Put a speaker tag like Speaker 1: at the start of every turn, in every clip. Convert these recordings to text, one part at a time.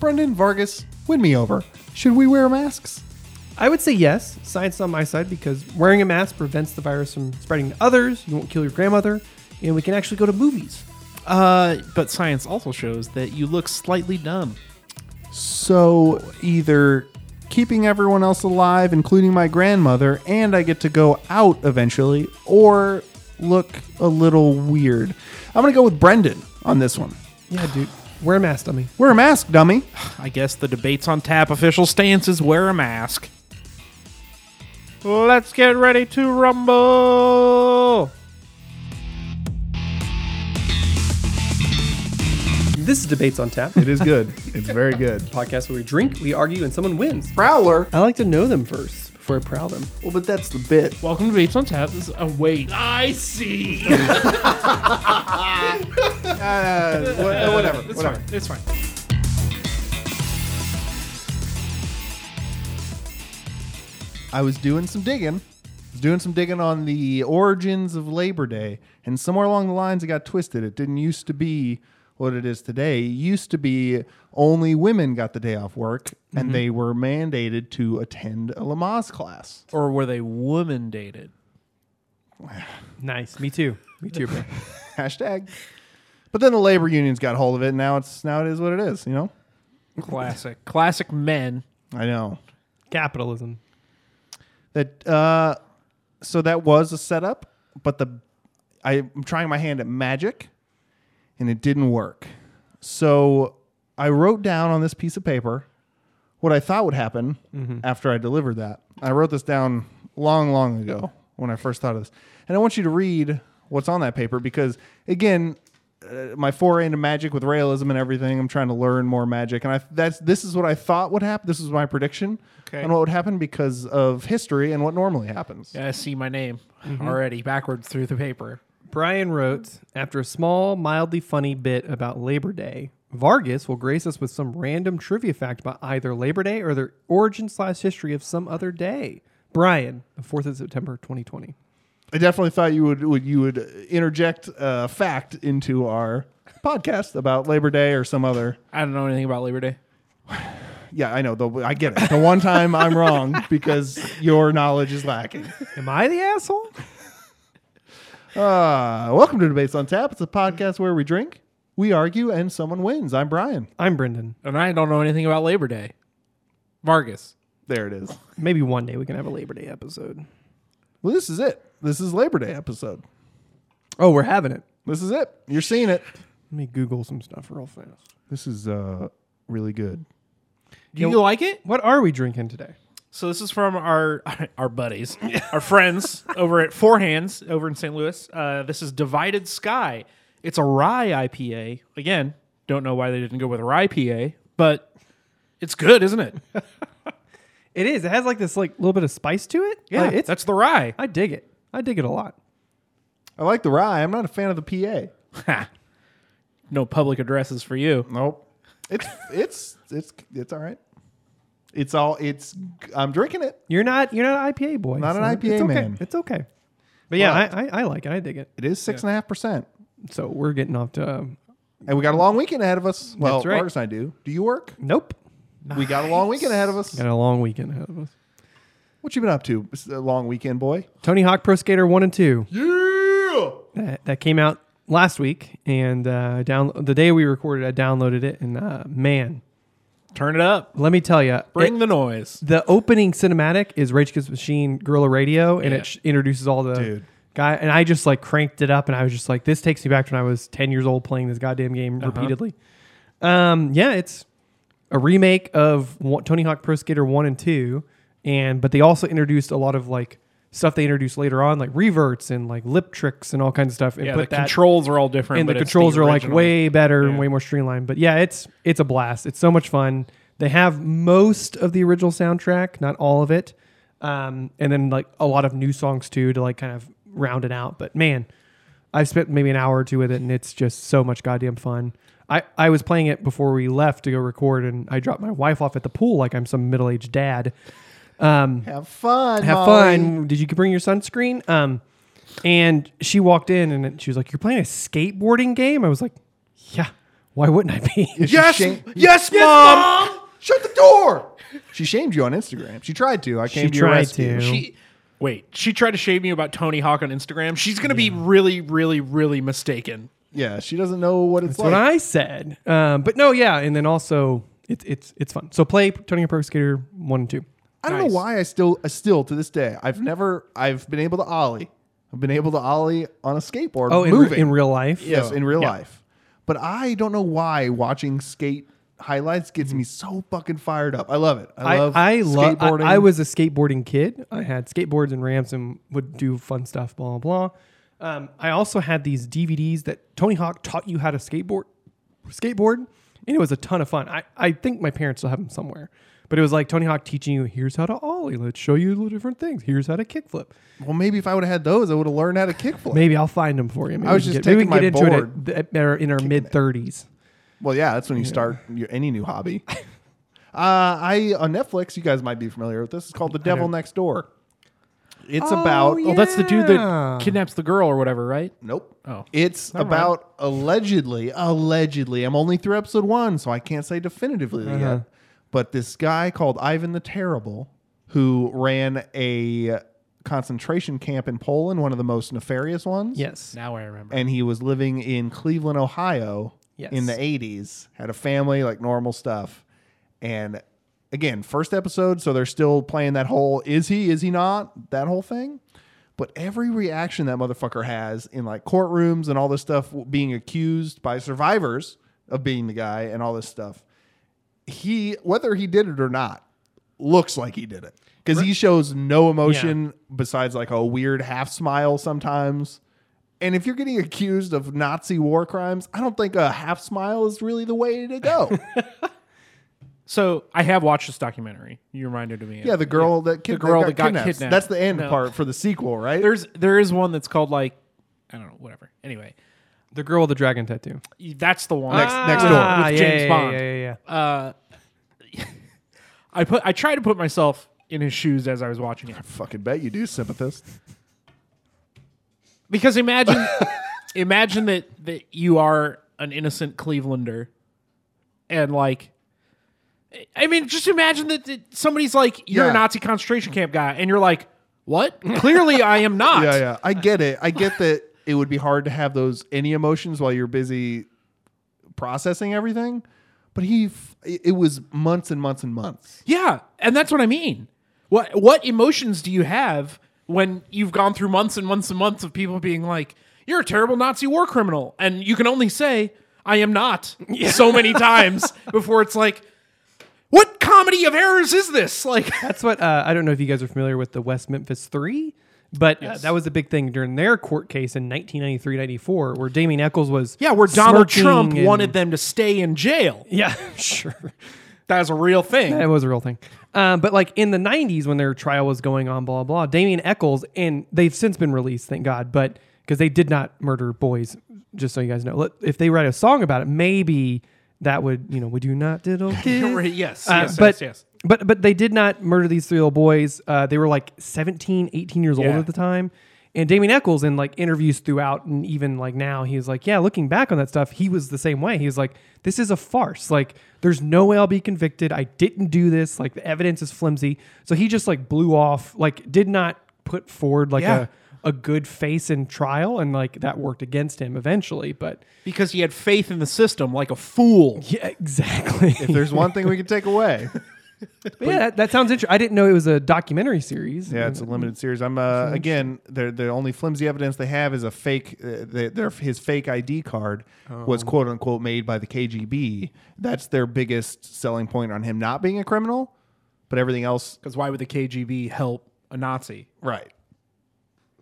Speaker 1: Brendan Vargas, win me over. Should we wear masks?
Speaker 2: I would say yes. Science is on my side because wearing a mask prevents the virus from spreading to others. You won't kill your grandmother, and we can actually go to movies.
Speaker 3: Uh, but science also shows that you look slightly dumb.
Speaker 1: So either keeping everyone else alive, including my grandmother, and I get to go out eventually, or look a little weird. I'm gonna go with Brendan on this one.
Speaker 2: Yeah, dude. Wear a mask, dummy.
Speaker 1: Wear a mask, dummy.
Speaker 3: I guess the debates on tap official stance is wear a mask. Let's get ready to rumble.
Speaker 2: This is Debates on Tap,
Speaker 4: It is good. It's very good.
Speaker 2: a podcast where we drink, we argue, and someone wins.
Speaker 1: Prowler.
Speaker 2: I like to know them first before I prowl them.
Speaker 1: Well, but that's the bit.
Speaker 3: Welcome to Debates on Tap. This is, oh, wait. I see.
Speaker 1: whatever.
Speaker 3: It's
Speaker 1: whatever.
Speaker 3: fine. It's fine.
Speaker 1: I was doing some digging. I was doing some digging on the origins of Labor Day, and somewhere along the lines it got twisted. It didn't used to be what it is today. It used to be only women got the day off work, and they were mandated to attend a Lamaze class.
Speaker 3: Or were they woman dated?
Speaker 2: Nice. Me too. Me too, bro.
Speaker 1: Hashtag. But then the labor unions got hold of it, and now it's now it is what it is. You know.
Speaker 3: Classic. Classic men.
Speaker 1: I know
Speaker 2: Capitalism.
Speaker 1: that. Uh, so that was a setup, but the I'm trying my hand at magic, and it didn't work. So I wrote down on this piece of paper what I thought would happen after I delivered that. I wrote this down long, long ago when I first thought of this. And I want you to read what's on that paper because, again, uh, my foray into magic with realism and everything, I'm trying to learn more magic. And I, that's, this is what I thought would happen. This is my prediction
Speaker 3: Okay.
Speaker 1: and what would happen because of history and what normally happens.
Speaker 3: I see my name already backwards through the paper.
Speaker 2: Brian wrote After a small, mildly funny bit about Labor Day, Vargas will grace us with some random trivia fact about either Labor Day or their origin slash history of some other day. Brian, the 4th of September, 2020.
Speaker 1: I definitely thought you would, would you would interject a fact into our podcast about Labor Day or some other.
Speaker 3: I don't know anything about Labor Day.
Speaker 1: Yeah, I know. The, I get it. The one time I'm wrong because your knowledge is lacking.
Speaker 2: Am I the asshole?
Speaker 1: Uh, welcome to Debates on Tap. It's a podcast where we drink, we argue, and someone wins. I'm Brian.
Speaker 2: I'm Brendan.
Speaker 3: And I don't know anything about Labor Day. Vargas.
Speaker 1: There it is.
Speaker 2: Maybe one day we can have a Labor Day episode.
Speaker 1: Well, this is it. This is Labor Day episode.
Speaker 2: Oh, we're having it.
Speaker 1: This is it. You're seeing it.
Speaker 2: Let me Google some stuff real fast.
Speaker 1: This is uh, really good.
Speaker 3: Do you like it?
Speaker 2: What are we drinking today?
Speaker 3: So this is from our our buddies, our friends over at Four Hands over in St. Louis. Uh, this is Divided Sky. It's a rye IPA. Again, don't know why they didn't go with rye IPA, but it's good, isn't it?
Speaker 2: It is. It has like this like little bit of spice to it. Like, it's.
Speaker 3: that's the rye.
Speaker 2: I dig it. I dig it a lot.
Speaker 1: I like the rye. I'm not a fan of the PA.
Speaker 3: Ha. no public addresses for you.
Speaker 1: Nope. It's it's it's it's all right. It's all it's. I'm drinking it.
Speaker 2: You're not. You're not an IPA boy.
Speaker 1: Not an
Speaker 2: so
Speaker 1: IPA
Speaker 2: it's okay.
Speaker 1: man.
Speaker 2: It's okay. But yeah, I, I I like it. I dig it.
Speaker 1: It is six and a half percent,
Speaker 2: So we're getting off to um,
Speaker 1: and we got a long weekend ahead of us. Well,
Speaker 2: That's right.
Speaker 1: Marcus and I do. Do you work?
Speaker 2: nope.
Speaker 1: We got a long weekend ahead of us.
Speaker 2: Got a long weekend ahead of us.
Speaker 1: What you been up to? s- uh, Long weekend, boy.
Speaker 2: Tony Hawk Pro Skater One and Two
Speaker 1: Yeah.
Speaker 2: that, that came out last week, and uh, down the day we recorded, I downloaded it, and uh, man,
Speaker 3: Turn it up.
Speaker 2: let me tell you,
Speaker 3: Bring the noise.
Speaker 2: the opening cinematic is Rage Against the Machine Gorilla Radio, and
Speaker 3: Yeah.
Speaker 2: it sh- introduces all the
Speaker 1: Dude.
Speaker 2: guy. And I just like cranked it up, and I was just like, this takes me back to when I was ten years old playing this goddamn game repeatedly. Um, yeah, it's a remake of one, Tony Hawk Pro Skater One and Two, and but they also introduced a lot of like stuff they introduced later on, like reverts and like lip tricks and all kinds of stuff, and
Speaker 3: Yeah,
Speaker 2: put
Speaker 3: the
Speaker 2: that
Speaker 3: controls are all different.
Speaker 2: and the
Speaker 3: but it's
Speaker 2: controls are like
Speaker 3: original.
Speaker 2: way better and way more streamlined. But yeah, it's it's a blast. It's so much fun. They have most of the original soundtrack, not all of it, um, and then like a lot of new songs too to like kind of round it out. But man, I've spent maybe an hour or two with it, and it's just so much goddamn fun. I, I was playing it before we left to go record, and I dropped my wife off at the pool like I'm some middle aged dad. Um,
Speaker 1: Have fun.
Speaker 2: have
Speaker 1: Molly.
Speaker 2: fun. Did you bring your sunscreen? Um, and she walked in and she was like, "You're playing a skateboarding game." I was like, "Yeah, Why wouldn't I be?
Speaker 1: She shamed-
Speaker 3: yes,
Speaker 1: Mom! Shut the door. She shamed you on Instagram. She tried to. I came to your
Speaker 2: tried
Speaker 1: rescue.
Speaker 2: to.
Speaker 3: She wait. She tried to shame you about Tony Hawk on Instagram. She's gonna be really, really, really mistaken.
Speaker 1: Yeah, she doesn't know what it's
Speaker 2: That's
Speaker 1: like.
Speaker 2: what I said. Um, but no, yeah, and then also it's it's it's fun. So play Tony Hawk Pro Skater one and two.
Speaker 1: I don't know why I still, I still to this day, I've never, I've been able to ollie. I've been able to ollie on a skateboard.
Speaker 2: Oh, in, re-
Speaker 1: moving
Speaker 2: in real life.
Speaker 1: Yes, in real
Speaker 2: Yeah.
Speaker 1: life. But I don't know why watching skate highlights gets me so fucking fired up. I love it. I,
Speaker 2: I
Speaker 1: love
Speaker 2: I love. I,
Speaker 1: skateboarding.
Speaker 2: I was a skateboarding kid. I had skateboards and ramps and would do fun stuff. Blah blah. blah. Um, I also had these DVDs that Tony Hawk taught you how to skateboard. Skateboard, and it was a ton of fun. I, I think my parents still have them somewhere, but it was like Tony Hawk teaching you here's how to ollie. Let's show you the different things. Here's how to kickflip.
Speaker 1: well, maybe if I would have had those, I would have learned how to kickflip.
Speaker 2: Maybe I'll find them for you. Maybe
Speaker 1: I was
Speaker 2: we can
Speaker 1: just
Speaker 2: get, maybe we
Speaker 1: taking
Speaker 2: can
Speaker 1: my
Speaker 2: get into it at, at, our- in our mid thirties.
Speaker 1: Well, yeah, that's when you start your, any new hobby. uh, I on Netflix, you guys might be familiar with this. It's called The Devil Next Door. It's
Speaker 2: Oh,
Speaker 1: about
Speaker 2: yeah.
Speaker 3: Well, that's the dude
Speaker 2: Yeah.
Speaker 3: that kidnaps the girl or whatever, right?
Speaker 1: Nope.
Speaker 3: Oh.
Speaker 1: It's about allegedly, allegedly. I'm only through episode one, so I can't say definitively yet. But this guy called Ivan the Terrible, who ran a concentration camp in Poland, one of the most nefarious ones.
Speaker 2: Yes.
Speaker 3: Now I remember.
Speaker 1: And he was living in Cleveland, Ohio
Speaker 2: Yes.
Speaker 1: in the 80s, had a family, like normal stuff. And again, first episode, so they're still playing that whole is he, is he not, that whole thing. But every reaction that motherfucker has in like courtrooms and all this stuff, w- being accused by survivors of being the guy and all this stuff, he, whether he did it or not, looks like he did it. Because he shows no emotion besides like a weird half smile sometimes. And if you're getting accused of Nazi war crimes, I don't think a half smile is really the way to go.
Speaker 3: So I have watched this documentary. You reminded me. of
Speaker 1: yeah,
Speaker 3: it.
Speaker 1: the girl that kid,
Speaker 3: girl that got
Speaker 1: kidnapped.
Speaker 3: kidnapped.
Speaker 1: That's the end
Speaker 3: No.
Speaker 1: part for the sequel, right?
Speaker 3: there's there is one that's called like I don't know, whatever. Anyway,
Speaker 2: The girl with the dragon tattoo. Ah,
Speaker 3: that's the one. Ah.
Speaker 1: Next- next door.
Speaker 3: with
Speaker 2: yeah,
Speaker 3: James
Speaker 2: yeah,
Speaker 3: Bond.
Speaker 2: Yeah, yeah, yeah.
Speaker 3: I put I tried to put myself in his shoes as I was watching it
Speaker 1: Fucking bet you do, sympathist.
Speaker 3: because imagine imagine that that you are an innocent Clevelander and like I mean just imagine that, that somebody's like you're
Speaker 1: Yeah.
Speaker 3: a Nazi concentration camp guy and you're like what? Clearly I am not.
Speaker 1: Yeah, yeah. I get it. I get that it would be hard to have those any emotions while you're busy processing everything. But he, f- it it was months and months and months.
Speaker 3: Yeah, and that's what I mean. What what emotions do you have when you've gone through months and months and months of people being like, "You're a terrible Nazi war criminal," and you can only say, "I am not," so many times before it's like, "What comedy of errors is this?" Like,
Speaker 2: That's what uh, I don't know if you guys are familiar with the West Memphis Three, but uh, that was a big thing during their court case in 1993-94, where Damien Eccles was
Speaker 3: yeah, where Donald
Speaker 2: smirking
Speaker 3: Trump
Speaker 2: and-
Speaker 3: wanted them to stay in jail.
Speaker 2: Yeah, sure.
Speaker 3: That was a real thing.
Speaker 2: That was a real thing. Um, but like in the 90s when their trial was going on, blah, blah, Damien Eccles, and they've since been released, thank God, but because they did not murder boys, just so you guys know. Let- If they write a song about it, maybe that would, you know, would you not diddle kids?
Speaker 3: yes,
Speaker 2: Uh,
Speaker 3: yes,
Speaker 2: but,
Speaker 3: yes, yes.
Speaker 2: But, but they did not murder these three little boys. Uh, they were like 17, 18 years old
Speaker 3: Yeah.
Speaker 2: at the time. And Damien Eccles in like interviews throughout and even like now, he was like, yeah, looking back on that stuff, he was the same way. He was like, this is a farce. Like, there's no way I'll be convicted. I didn't do this. Like, the evidence is flimsy. So he just like blew off, like, did not put forward like
Speaker 3: Yeah.
Speaker 2: a, a good face in trial. And like that worked against him eventually. But
Speaker 3: Because he had faith in the system like a fool.
Speaker 2: yeah, exactly.
Speaker 1: If there's one thing we can take away,
Speaker 2: yeah, that, that sounds interesting. I didn't know it was a documentary series.
Speaker 1: Yeah, it's a limited series. I'm uh, again. The the only flimsy evidence they have is a fake. Uh, they, their his fake ID card was quote unquote made by the KGB. That's their biggest selling point on him not being a criminal, but everything else,
Speaker 3: Because why would the KGB help a Nazi?
Speaker 1: right?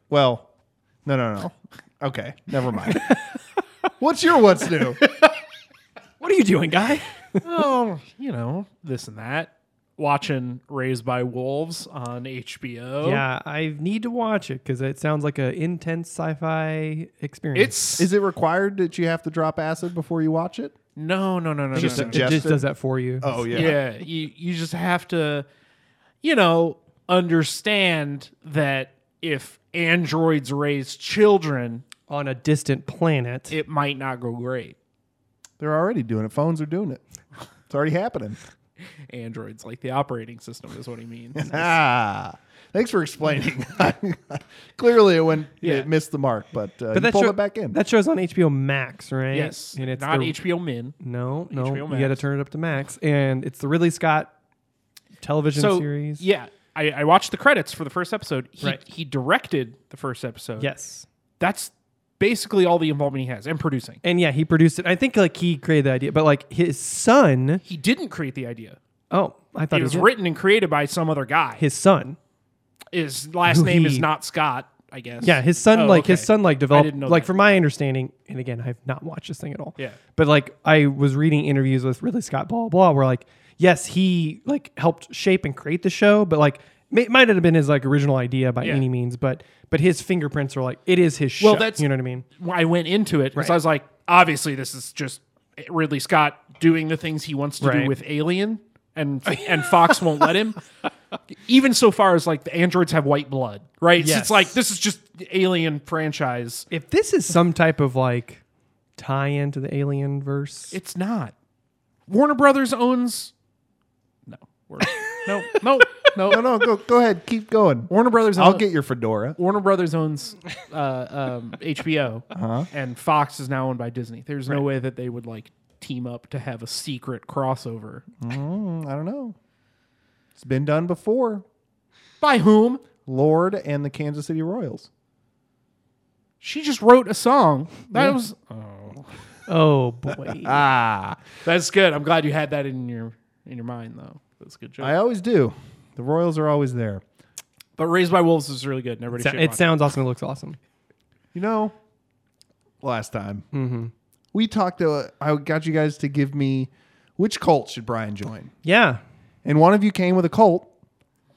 Speaker 1: Well, no, no, no. Okay, never mind. What's your what's new?
Speaker 2: What are you doing, guy?
Speaker 3: oh, you know, this and that. Watching Raised by Wolves on HBO.
Speaker 2: Yeah, I need to watch it because it sounds like an intense sci-fi experience.
Speaker 3: It's
Speaker 1: Is it required that you have to drop acid before you watch it?
Speaker 3: no, no, no, no,
Speaker 1: Just
Speaker 3: no, no.
Speaker 2: it just
Speaker 1: Justin?
Speaker 2: does that for you.
Speaker 1: Oh yeah.
Speaker 3: yeah. You you just have to, you know, understand that if androids raise children,
Speaker 2: on a distant planet.
Speaker 3: it might not go great.
Speaker 1: They're already doing it. Phones are doing it. It's already happening.
Speaker 3: Androids, like the operating system, is what he means.
Speaker 1: Ah, thanks for explaining. Clearly, it went
Speaker 3: Yeah.
Speaker 1: it missed the mark, but, uh,
Speaker 2: But
Speaker 1: you
Speaker 2: that
Speaker 1: pulled
Speaker 2: show-
Speaker 1: it back in.
Speaker 2: That show's on HBO Max, right?
Speaker 3: yes,
Speaker 2: and it's
Speaker 3: not
Speaker 2: the-
Speaker 3: HBO Min.
Speaker 2: No, no,
Speaker 3: HBO
Speaker 2: you got to
Speaker 3: Max.
Speaker 2: turn it up to Max, and it's the Ridley Scott television
Speaker 3: So
Speaker 2: series.
Speaker 3: yeah, I, I watched the credits for the first episode. He,
Speaker 2: Right.
Speaker 3: he directed the first episode.
Speaker 2: Yes.
Speaker 3: that's basically all the involvement he has and producing.
Speaker 2: And yeah, he produced it. I think like he created the idea, but like his son.
Speaker 3: He didn't create the idea.
Speaker 2: Oh, I thought
Speaker 3: It was
Speaker 2: he did.
Speaker 3: written and created by some other guy.
Speaker 2: his son.
Speaker 3: His last
Speaker 2: Who
Speaker 3: name is
Speaker 2: he-
Speaker 3: not Scott, I guess.
Speaker 2: Yeah, his son
Speaker 3: Oh,
Speaker 2: like his
Speaker 3: okay.
Speaker 2: son like developed
Speaker 3: didn't know
Speaker 2: like
Speaker 3: that.
Speaker 2: from my understanding, and again, I've not watched this thing at all.
Speaker 3: Yeah.
Speaker 2: But like I was reading interviews with Ridley Scott blah blah, blah where like yes, he like helped shape and create the show, but like ma- it might not have been his like original idea by
Speaker 3: Yeah.
Speaker 2: any means, but but his fingerprints are like it is his show.
Speaker 3: Well, that's-
Speaker 2: you know what I mean?
Speaker 3: When I went into it because
Speaker 2: Right.
Speaker 3: I was like, obviously, this is just Ridley Scott doing the things he wants to
Speaker 2: Right.
Speaker 3: do with Alien, and and Fox won't let him. Even so far as like the androids have white blood, right? So
Speaker 2: Yes.
Speaker 3: it's like this is just the Alien franchise.
Speaker 2: If this is some type of like tie in to the alien verse,
Speaker 3: It's not. Warner Brothers owns. No, we're, no, no, no.
Speaker 1: no, no, go go ahead, keep going.
Speaker 3: Warner Brothers.
Speaker 1: I'll
Speaker 3: own-
Speaker 1: get your fedora.
Speaker 3: Warner Brothers owns uh, um, HBO,
Speaker 1: Uh-huh.
Speaker 3: and Fox is now owned by Disney. There's no way that they would like team up to have a secret crossover.
Speaker 1: Mm, I don't know. It's been done before.
Speaker 3: By whom?
Speaker 1: Lord and the Kansas City Royals.
Speaker 3: She just wrote a song. That was
Speaker 2: oh boy.
Speaker 1: Ah,
Speaker 3: that's good. I'm glad you had that in your in your mind though. That's a good joke.
Speaker 1: I always do. The Royals are always there.
Speaker 3: but Raised by Wolves is really good. and Everybody should
Speaker 2: it
Speaker 3: watch it.
Speaker 2: sounds awesome. It looks awesome.
Speaker 1: You know, last time
Speaker 3: Mm-hmm.
Speaker 1: we talked to, I got you guys to give me which cult should Brian join,
Speaker 2: Yeah.
Speaker 1: and one of you came with a cult,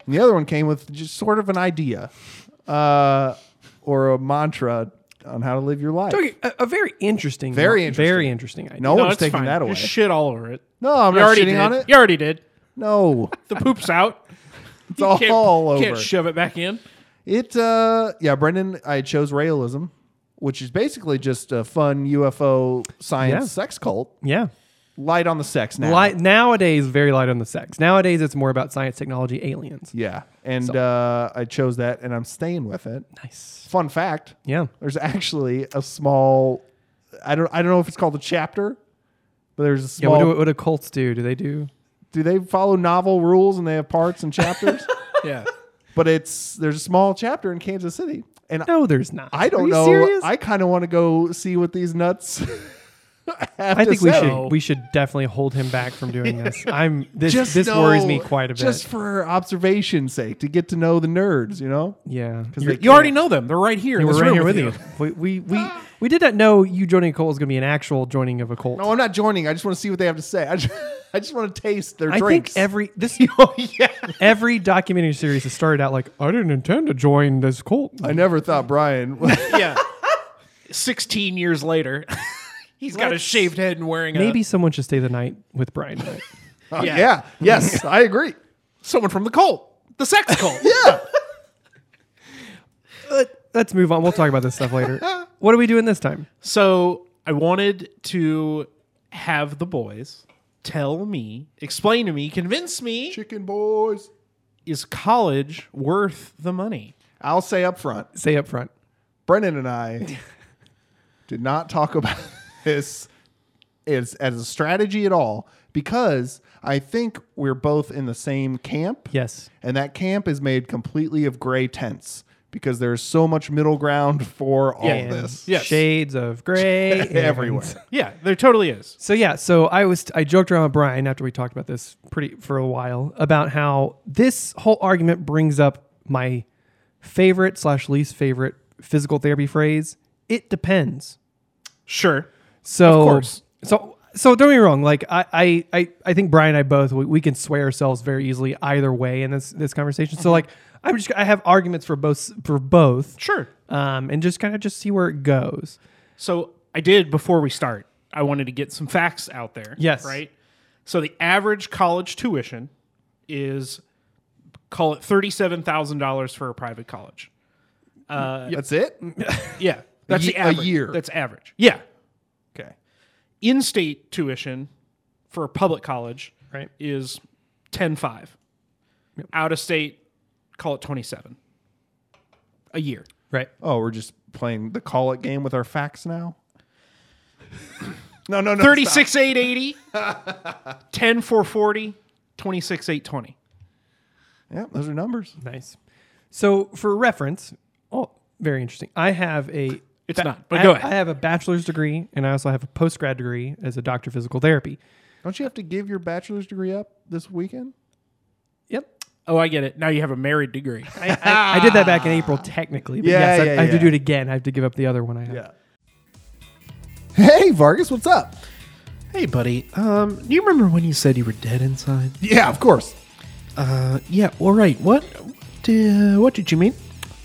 Speaker 1: and the other one came with just sort of an idea, uh, or a mantra on how to live your life.
Speaker 2: Okay, a, a very interesting,
Speaker 1: Very
Speaker 2: very interesting idea.
Speaker 1: No,
Speaker 3: No,
Speaker 1: one's
Speaker 3: it's
Speaker 1: taking
Speaker 3: fine.
Speaker 1: that away.
Speaker 3: Just shit all over it.
Speaker 1: no, I'm
Speaker 3: You
Speaker 1: not
Speaker 3: already
Speaker 1: shitting
Speaker 3: did.
Speaker 1: on it.
Speaker 3: You already did.
Speaker 1: No,
Speaker 3: The poop's out.
Speaker 1: it's all,
Speaker 3: Can't,
Speaker 1: over.
Speaker 3: Can't shove it back in.
Speaker 1: It uh yeah, Brendan, I chose realism, which is basically just a fun UFO science
Speaker 2: Yeah.
Speaker 1: sex cult.
Speaker 2: Yeah.
Speaker 1: Light on the sex now.
Speaker 2: Light, nowadays, very light on the sex. Nowadays, it's more about science, technology, aliens.
Speaker 1: Yeah. And uh I chose that and I'm staying with it.
Speaker 2: Nice.
Speaker 1: Fun fact.
Speaker 2: Yeah.
Speaker 1: There's actually a small I don't I don't know if it's called a chapter, but there's a
Speaker 2: Yeah.
Speaker 1: small
Speaker 2: What do, what do cults do? Do they do?
Speaker 1: do they follow novel rules and they have parts and chapters?
Speaker 3: Yeah.
Speaker 1: but it's there's a small chapter in Kansas City. And
Speaker 2: No, there's not.
Speaker 1: I
Speaker 2: Are
Speaker 1: don't
Speaker 2: you
Speaker 1: know.
Speaker 2: serious?
Speaker 1: I kind of want to go see what these nuts. have
Speaker 2: I
Speaker 1: to
Speaker 2: think we
Speaker 1: say.
Speaker 2: should we should definitely hold him back from doing this. I'm this
Speaker 1: Just
Speaker 2: this
Speaker 1: know-
Speaker 2: worries me quite a bit.
Speaker 1: Just for observation's sake, to get to know the nerds, you know.
Speaker 2: yeah,
Speaker 1: they
Speaker 3: You already know them. They're right here. in
Speaker 2: we're
Speaker 3: this
Speaker 2: right
Speaker 3: room
Speaker 2: here with you. We, we we we did not know you joining a cult was going to be an actual joining of a cult.
Speaker 1: No, I'm not joining. I just want to see what they have to say. I just, I just want to taste their
Speaker 2: I
Speaker 1: drinks. Oh,
Speaker 2: think every this
Speaker 1: yeah.
Speaker 2: every documentary series has started out like I didn't intend to join this cult.
Speaker 1: I never thought Brian. was-
Speaker 3: yeah. 16 years later, he's got a
Speaker 1: Let's-
Speaker 3: shaved head and wearing
Speaker 2: Maybe someone should stay the night with Brian. Knight.
Speaker 1: Oh,
Speaker 3: Yeah.
Speaker 1: yeah. Yes, I agree.
Speaker 3: a, someone from the cult, the sex cult.
Speaker 1: Yeah.
Speaker 2: Let's move on. We'll talk about this stuff later. What are we doing this time?
Speaker 3: So I wanted to have the boys tell me, explain to me, convince me
Speaker 1: Chicken boys.
Speaker 3: is college worth the money?
Speaker 1: I'll say up front,
Speaker 2: Say up front.
Speaker 1: Brennan and I did not talk about this as, as a strategy at all because I think we're both in the same camp.
Speaker 2: Yes.
Speaker 1: And that camp is made completely of gray tents because there's so much middle ground for all
Speaker 3: Yeah.
Speaker 1: this.
Speaker 3: Yes.
Speaker 2: Shades of gray and-
Speaker 1: Everywhere.
Speaker 3: Yeah, there totally is.
Speaker 2: So yeah, so I was I joked around with Brian after we talked about this pretty for a while about how this whole argument brings up my favorite slash least favorite physical therapy phrase. It depends.
Speaker 3: Sure.
Speaker 2: So,
Speaker 3: Of course.
Speaker 2: so, so don't get me wrong. Like I, I, I, I think Brian and I both we, we can sway ourselves very easily either way in this this conversation. So like I'm just I have arguments for both for both,
Speaker 3: Sure.
Speaker 2: um, and just kind of just see where it goes.
Speaker 3: So I did before we start. I wanted to get some facts out there.
Speaker 2: Yes.
Speaker 3: Right. So the average college tuition is call it thirty-seven thousand dollars for a private college.
Speaker 1: That's it?
Speaker 3: Yeah, that's
Speaker 1: ye-
Speaker 3: the
Speaker 1: a
Speaker 3: average.
Speaker 1: year.
Speaker 3: That's average. Yeah.
Speaker 1: Okay.
Speaker 3: in-state tuition for a public college
Speaker 2: Right.
Speaker 3: is 10.5. Out of state, call it 27 a year.
Speaker 2: Right.
Speaker 1: Oh, we're just playing the call it game with our facts now. no, no, no. stop.
Speaker 3: 36 880, 10 440, 26 820.
Speaker 1: Yeah, those are numbers.
Speaker 2: Nice. So for reference, oh, very interesting. I have a.
Speaker 3: It's not, but
Speaker 2: I,
Speaker 3: go ahead.
Speaker 2: I have a bachelor's degree, and I also have a post grad degree as a doctor of physical therapy.
Speaker 1: Don't you have to give your bachelor's degree up this weekend?
Speaker 2: Yep.
Speaker 3: Oh, I get it. Now you have a married degree.
Speaker 2: I, I, I did that back in April, technically. But
Speaker 1: Yeah,
Speaker 2: yes, I,
Speaker 1: yeah,
Speaker 2: I have to
Speaker 1: yeah.
Speaker 2: do it again. I have to give up the other one I have.
Speaker 1: Hey, Vargas, what's up?
Speaker 4: Hey, buddy. Um, do you remember when you said you were dead inside?
Speaker 1: Yeah, of course.
Speaker 4: Uh, yeah. All right. What? di- what did you mean?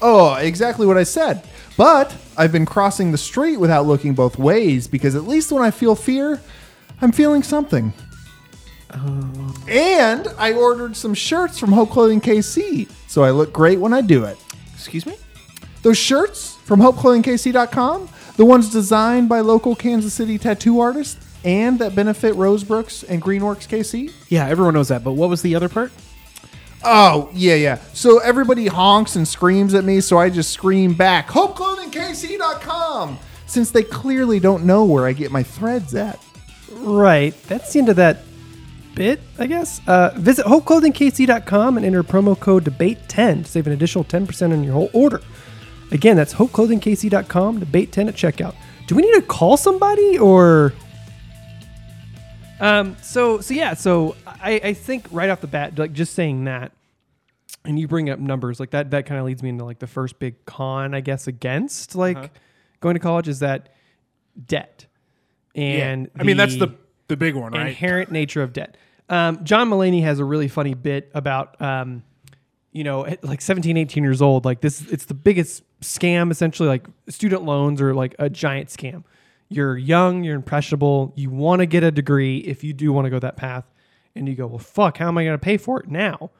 Speaker 1: Oh, exactly what I said. But I've been crossing the street without looking both ways because at least when I feel fear, I'm feeling something. Oh. And I ordered some shirts from Hope Clothing KC, so I look great when I do it.
Speaker 4: Excuse me.
Speaker 1: Those shirts from HopeClothingKC.com, the ones designed by local Kansas City tattoo artists and that benefit Rosebrooks and Greenworks KC,
Speaker 4: Yeah, everyone knows that. But what was the other part?
Speaker 1: Oh, yeah, yeah. So everybody honks and screams at me, so I just scream back, HopeClothingKC.com, since they clearly don't know where I get my threads at.
Speaker 2: Right. That's the end of that bit, I guess. Uh, visit hopeclothingkc.com and enter promo code debate10 to save an additional 10% on your whole order. Again, that's hopeclothingkc.com, debate10 at checkout. Do we need to call somebody or. Um, so, so yeah, so I, I think right off the bat, like just saying that, and you bring up numbers like that, that kind of leads me into like the first big con, I guess, against like
Speaker 3: Uh-huh.
Speaker 2: going to college is that debt. And
Speaker 3: I mean, that's the the big one, right?
Speaker 2: inherent nature of debt. Um, John Mullaney has a really funny bit about, um, you know, at like 17, 18 years old, like this, it's the biggest scam essentially. Like student loans are like a giant scam. You're young, you're impressionable, you want to get a degree if you do want to go that path. And you go, well, fuck, how am I going to pay for it now?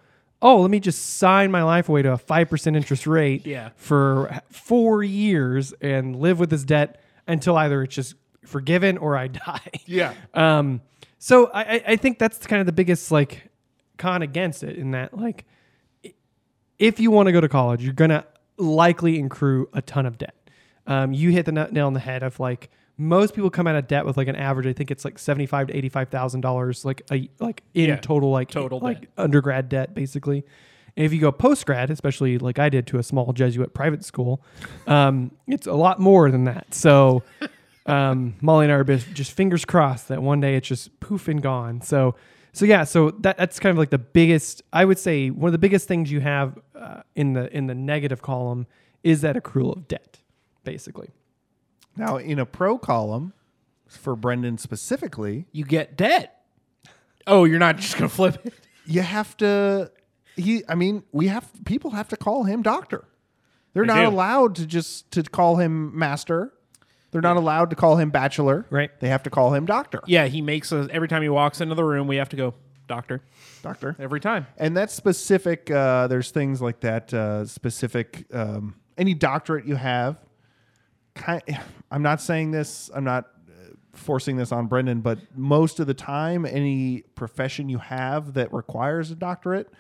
Speaker 2: Oh, let me just sign my life away to a 5% interest rate
Speaker 3: Yeah.
Speaker 2: for four years and live with this debt until either it's just forgiven or I die.
Speaker 1: Yeah.
Speaker 2: Um, so I, I- I think that's kind of the biggest like con against it in that like i- if you want to go to college, you're gonna likely accrue a ton of debt. Um, you hit the nut- nail on the head of like most people come out of debt with like an average. I think it's like seventy five to eighty five thousand dollars like a like in
Speaker 3: Yeah,
Speaker 2: total like
Speaker 3: total
Speaker 2: like
Speaker 3: debt.
Speaker 2: undergrad debt basically. And if you go post grad, especially like I did to a small Jesuit private school, um, it's a lot more than that. So um, Molly and I are both just fingers crossed that one day it's just poof and gone. So, so yeah, so that that's kind of like the biggest, I would say, one of the biggest things you have uh, in the in the negative column is that accrual of debt, basically.
Speaker 1: Now, in a pro column, for Brendan specifically,
Speaker 3: You get debt. Oh, you're not just gonna flip it.
Speaker 1: you have to, he, I mean, we have, people have to call him doctor. They're
Speaker 3: They
Speaker 1: not
Speaker 3: do.
Speaker 1: allowed to just, to call him master. They're not allowed to call him bachelor.
Speaker 2: Right.
Speaker 1: They have to call him doctor.
Speaker 3: Yeah, he makes us every time he walks into the room. We have to go, doctor,
Speaker 1: Doctor.
Speaker 3: every time.
Speaker 1: and that's specific uh, there's things like that uh, specific um, any doctorate you have kind, i'm not saying this i'm not uh, forcing this on brendan but most of the time any profession you have that requires a doctorate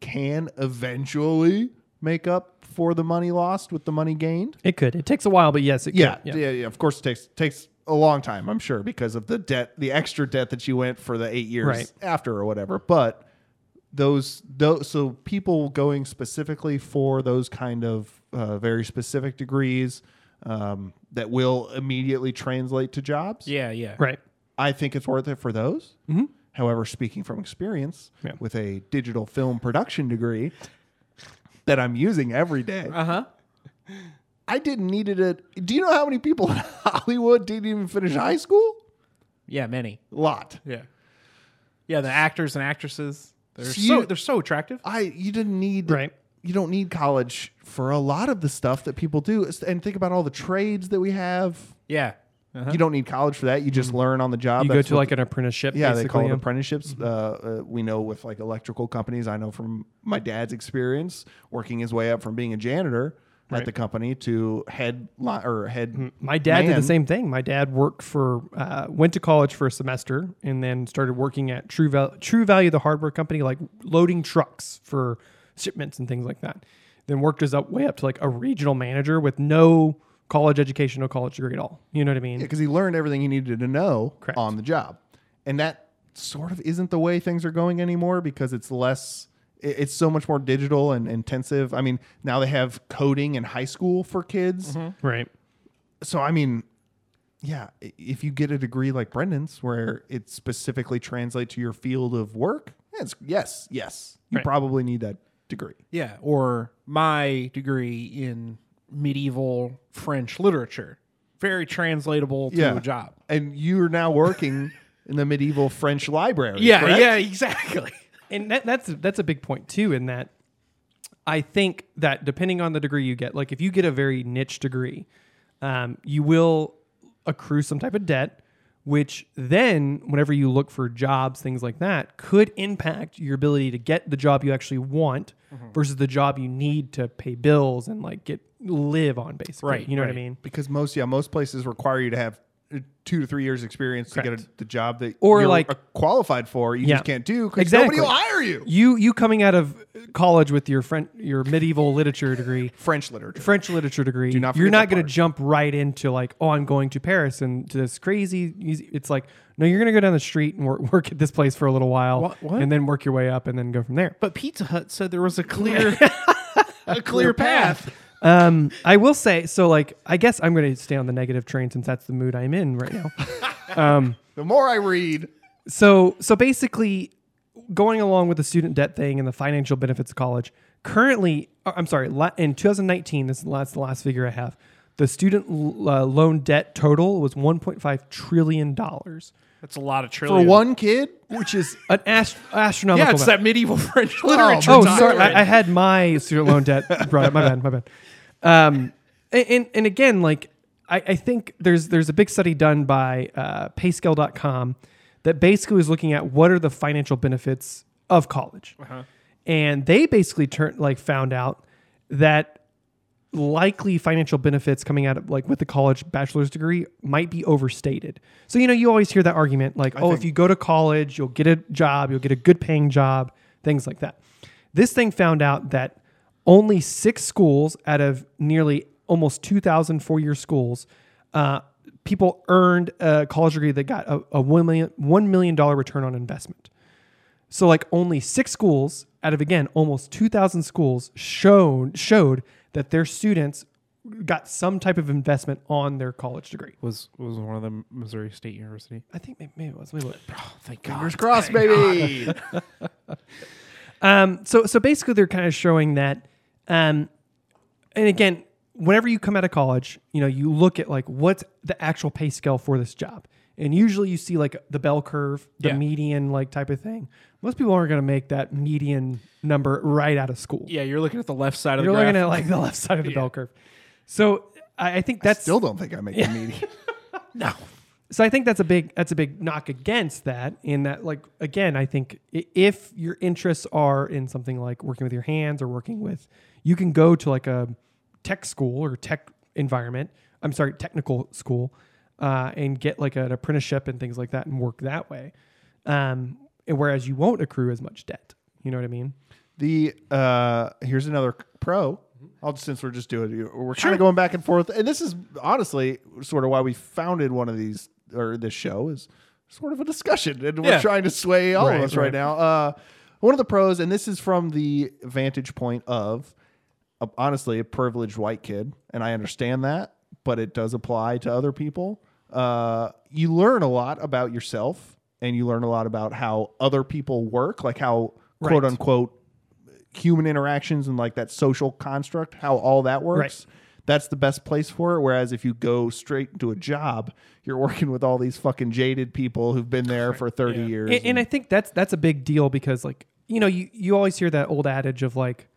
Speaker 1: can eventually make up for the money lost with the money gained
Speaker 2: It could. It takes a while, but yes, it
Speaker 1: yeah,
Speaker 2: could.
Speaker 1: yeah, yeah, Of course, it takes takes a long time, I'm sure, because of the debt, the extra debt that you went for the eight years
Speaker 2: Right.
Speaker 1: after or whatever. But those, those, so people going specifically for those kind of uh, very specific degrees um, that will immediately translate to jobs.
Speaker 3: Yeah, yeah.
Speaker 2: Right.
Speaker 1: I think it's worth it for those. However, speaking from experience
Speaker 2: Mm-hmm. Yeah.
Speaker 1: with a digital film production degree that I'm using every day,
Speaker 3: Uh
Speaker 2: Uh-huh.
Speaker 3: huh.
Speaker 1: I didn't need it. At, do you know how many people in Hollywood didn't even finish high school?
Speaker 3: Yeah, many.
Speaker 1: A lot.
Speaker 3: Yeah, yeah. The actors and actresses, they're
Speaker 1: So
Speaker 3: so,
Speaker 1: you-
Speaker 3: they're so attractive.
Speaker 1: I you didn't need
Speaker 2: Right.
Speaker 1: You don't need college for a lot of the stuff that people do. It's- And think about all the trades that we have.
Speaker 3: Yeah. Uh-huh.
Speaker 1: You don't need college for that. You just learn on the job.
Speaker 2: Mm-hmm. You go
Speaker 1: That's
Speaker 2: to
Speaker 1: what
Speaker 2: like an apprenticeship.
Speaker 1: yeah,
Speaker 2: basically. Mm-hmm.
Speaker 1: they call it
Speaker 2: yeah.
Speaker 1: apprenticeships. Uh, uh, we know with like electrical companies. I know from my dad's experience working his way up from being a janitor at the company to head li- or head.
Speaker 2: Mm-hmm. My dad did
Speaker 1: man.
Speaker 2: the same thing. My dad worked for, uh, went to college for a semester, and then started working at True Value, True Value, the hardware company, like loading trucks for shipments and things like that. Then worked his up way up to like a regional manager with no college education, no college degree at all. You know what I mean?
Speaker 1: because he learned everything he needed to know
Speaker 2: Correct.
Speaker 1: on the job. And that sort of isn't the way things are going anymore because it's less, it- it's so much more digital and intensive. I mean, now they have coding in high school for kids.
Speaker 2: Right.
Speaker 1: So, I mean, yeah, i- if you get a degree like Brendan's where it specifically translates to your field of work, it's, yes, yes, you
Speaker 2: Right.
Speaker 1: probably need that degree.
Speaker 3: Yeah, or my degree in medieval French literature. Very translatable to
Speaker 1: Yeah.
Speaker 3: a job.
Speaker 1: And you are now working in the medieval French library.
Speaker 3: Yeah,
Speaker 1: correct?
Speaker 3: yeah, exactly.
Speaker 2: and that, that's that's a big point too in that i think that depending on the degree you get like if you get a very niche degree um, you will accrue some type of debt which then whenever you look for jobs things like that could impact your ability to get the job you actually want
Speaker 1: Mm-hmm.
Speaker 2: versus the job you need to pay bills and like get live on basically
Speaker 3: Right,
Speaker 2: you know
Speaker 3: right.
Speaker 2: what i mean
Speaker 1: because most yeah most places require you to have uh, two to three years experience to get a,
Speaker 2: Correct.
Speaker 1: the job that
Speaker 2: Or
Speaker 1: you're
Speaker 2: like-
Speaker 1: uh, qualified for you
Speaker 2: Yeah.
Speaker 1: just can't do because
Speaker 2: Exactly.
Speaker 1: nobody will hire you
Speaker 2: you you coming out of college with your friend your medieval literature degree
Speaker 1: french literature
Speaker 2: French literature degree,
Speaker 1: not
Speaker 2: you're
Speaker 1: forget
Speaker 2: not
Speaker 1: that
Speaker 2: going to
Speaker 1: part.
Speaker 2: jump right into like, oh, I'm going to Paris and to this crazy. easy- It's like, no, you're going to go down the street and work, work at this place for a little while,
Speaker 3: What- what?
Speaker 2: and then work your way up and then go from there.
Speaker 3: But Pizza Hut said there was a clear a clear path.
Speaker 2: Um, I will say, so like, I guess I'm going to stay on the negative train since that's the mood I'm in right now.
Speaker 1: the more i read
Speaker 2: so so basically going along with the student debt thing and the financial benefits of college currently uh, i'm sorry la- in 2019 this is the last, the last figure i have the student l- uh, loan debt total was 1.5 trillion dollars
Speaker 3: That's a lot of
Speaker 1: for
Speaker 3: trillion.
Speaker 1: one kid
Speaker 2: which is an ast- astronomical
Speaker 3: Yeah, it's
Speaker 2: amount.
Speaker 3: that medieval French literature.
Speaker 2: Oh,
Speaker 3: time.
Speaker 2: sorry. I, I had my student loan debt brought up. My bad. My bad. Um, and, and and again, like I, I think there's there's a big study done by uh, Payscale.com that basically was looking at what are the financial benefits of college,
Speaker 3: Uh-huh.
Speaker 2: and they basically turned like found out that likely financial benefits coming out of like with the college bachelor's degree might be overstated. So you know you always hear that argument like oh if you go to college you'll get a job, you'll get a good paying job, things like that. This thing found out that only 6 schools out of nearly almost 2000 four-year schools uh, people earned a college degree that got a, a 1 million $1 million dollar return on investment. So like only six schools out of again almost two thousand schools shown showed that their students got some type of investment on their college degree.
Speaker 3: was was one of them Missouri State University.
Speaker 2: I think maybe, maybe it was. Maybe it was.
Speaker 3: Oh, thank God.
Speaker 1: fingers crossed baby
Speaker 2: Um, so so basically they're kind of showing that, um, and again, whenever you come out of college, you know you look at like what's the actual pay scale for this job, and usually you see like the bell curve, the
Speaker 3: Yeah.
Speaker 2: median like type of thing. Most people aren't going to make that median number right out of school.
Speaker 3: Yeah, you're looking at the left side of
Speaker 2: You're
Speaker 3: the graph.
Speaker 2: looking at like the left side of the bell curve. So I, I think that's
Speaker 1: still don't think i make the meeting
Speaker 2: so I think that's a big that's a big knock against that. In that, like again, I think i- if your interests are in something like working with your hands or working with, you can go to like a tech school or tech environment. I'm sorry, technical school, uh, and get like an apprenticeship and things like that, and work that way. Um, and whereas you won't accrue as much debt. You know what I mean?
Speaker 1: the uh here's another pro I'll since we're just doing we're kind of going back and forth and this is honestly sort of why we founded one of these or this show is sort of a discussion and we're
Speaker 3: Yeah.
Speaker 1: trying to sway all
Speaker 2: Right,
Speaker 1: of us right,
Speaker 2: right.
Speaker 1: now uh one of the pros and this is from the vantage point of uh, honestly a privileged white kid and I understand that but it does apply to other people uh you learn a lot about yourself and you learn a lot about how other people work like how quote
Speaker 2: Right.
Speaker 1: unquote human interactions and like that social construct, how all that works. That's the best place for it. Whereas if you go straight to a job, you're working with all these fucking jaded people who've been there for 30 years.
Speaker 2: and, and I think that's that's a big deal because like you know you, you always hear that old adage of like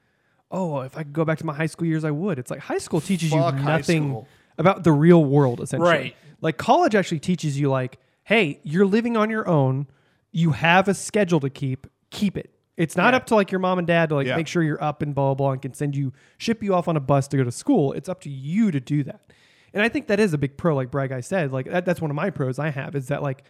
Speaker 2: oh if I could go back to my high school years I would it's like high school teaches you
Speaker 1: Fuck high
Speaker 2: nothing
Speaker 1: school.
Speaker 2: about the real world essentially
Speaker 3: Right.
Speaker 2: like college actually teaches you like hey you're living on your own you have a schedule to keep keep it It's not
Speaker 3: Yeah.
Speaker 2: up to like your mom and dad to like
Speaker 1: Yeah.
Speaker 2: make sure you're up and blah, blah blah and can send you ship you off on a bus to go to school. It's up to you to do that. And I think that is a big pro, like Brad Guy said. Like that, that's one of my pros I have is that like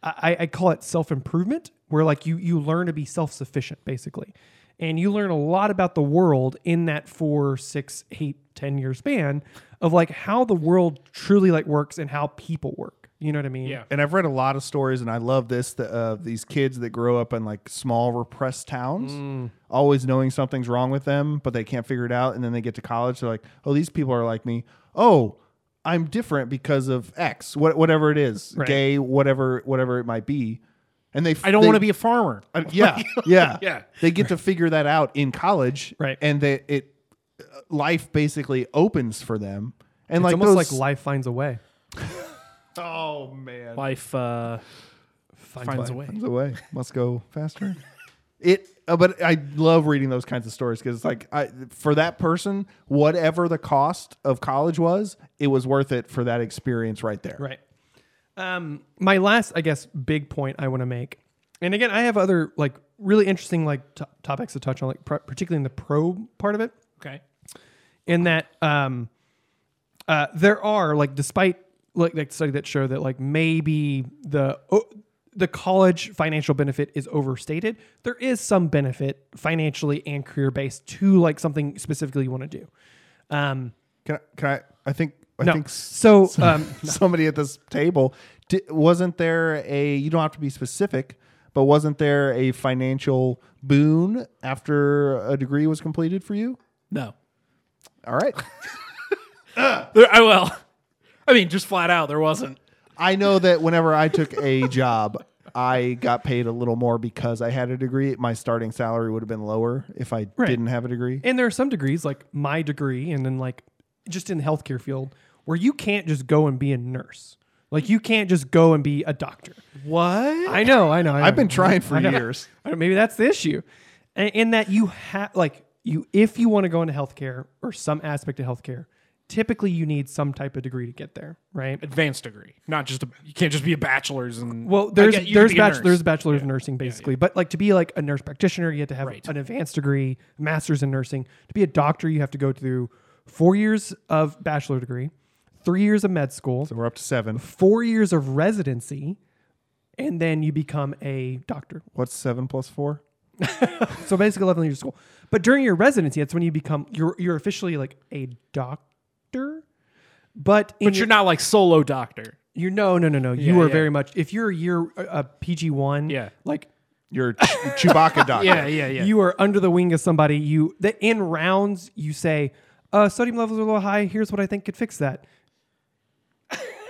Speaker 2: I, I call it self improvement, where like you you learn to be self sufficient basically, and you learn a lot about the world in that four, six, eight, ten year span of like how the world truly like works and how people work. You know what I mean?
Speaker 3: Yeah.
Speaker 1: and I've read a lot of stories, and I love this the, uh, these kids that grow up in like small repressed towns,
Speaker 2: Mm.
Speaker 1: always knowing something's wrong with them, but they can't figure it out, and then they get to college, they're like, oh, these people are like me. Oh, I'm different because of X, what, whatever it is,
Speaker 2: Right.
Speaker 1: gay, whatever, whatever it might be, and they.
Speaker 3: I don't
Speaker 1: they-
Speaker 3: want to be a farmer.
Speaker 1: uh, yeah, yeah,
Speaker 3: Yeah.
Speaker 1: They get to figure that out in college,
Speaker 2: Right.
Speaker 1: And they, it uh, life basically opens for them, and
Speaker 2: It's
Speaker 1: like
Speaker 2: almost
Speaker 1: those,
Speaker 2: like life finds a way.
Speaker 1: Oh man,
Speaker 3: Life uh, finds a way.
Speaker 1: Finds a way. Must go faster. It, uh, but I love reading those kinds of stories because it's like I, for that person, whatever the cost of college was, it was worth it for that experience right there.
Speaker 2: Right. Um, my last, I guess, big point I want to make, and again, I have other like really interesting like to topics to touch on, like pr- particularly in the pro part of it,
Speaker 3: Okay.
Speaker 2: in that um, uh, there are like despite like like study that show that like maybe the o the college financial benefit is overstated. There is some benefit financially and career based to like something specifically you want to do. Um,
Speaker 1: Can I, can I? I think I
Speaker 2: no,
Speaker 1: think s-
Speaker 2: so um,
Speaker 1: somebody at this table di- wasn't there a. You don't have to be specific, but wasn't there a financial boon after a degree was completed for you?
Speaker 3: No.
Speaker 1: All right,
Speaker 3: There, I well, I mean, just flat out, there wasn't.
Speaker 1: I know that whenever I took a job, I got paid a little more because I had a degree. My starting salary would have been lower if I didn't have a degree.
Speaker 2: And there are some degrees, like my degree, and then like just in the healthcare field, where you can't just go and be a nurse. Like you can't just go and be a doctor.
Speaker 3: What?
Speaker 2: I know, I know. I
Speaker 1: I've
Speaker 2: know.
Speaker 1: been trying for
Speaker 2: I know.
Speaker 1: years.
Speaker 2: I know, Maybe that's the issue, A- in that you have like you if you want to go into healthcare or some aspect of healthcare, typically you need some type of degree to get there, right?
Speaker 3: Advanced degree, not just a. You can't just be a bachelor's and.
Speaker 2: Well,
Speaker 3: I
Speaker 2: there's
Speaker 3: get you
Speaker 2: there's
Speaker 3: to be a
Speaker 2: bach-
Speaker 3: nurse.
Speaker 2: there's bachelor of nursing basically, but like to be like a nurse practitioner, you have to have
Speaker 3: Right.
Speaker 2: an advanced degree, master's in nursing. To be a doctor, you have to go through four years of bachelor degree, three years of med school,
Speaker 1: So we're up to seven.
Speaker 2: four years of residency, and then you become a doctor.
Speaker 1: What's seven plus four?
Speaker 2: So basically, eleven years of school. But during your residency, that's when you become you're you're officially like a doctor. But in
Speaker 3: But you're not like solo doctor.
Speaker 2: you no no no no you
Speaker 3: Yeah,
Speaker 2: are
Speaker 3: yeah.
Speaker 2: very much if you're a year uh, a, a PG one
Speaker 3: Yeah.
Speaker 2: like
Speaker 1: You're a Ch- Chewbacca doctor.
Speaker 3: Yeah, yeah, yeah.
Speaker 2: you are under the wing of somebody. You the in rounds you say, uh, sodium levels are a little high. Here's what I think could fix that.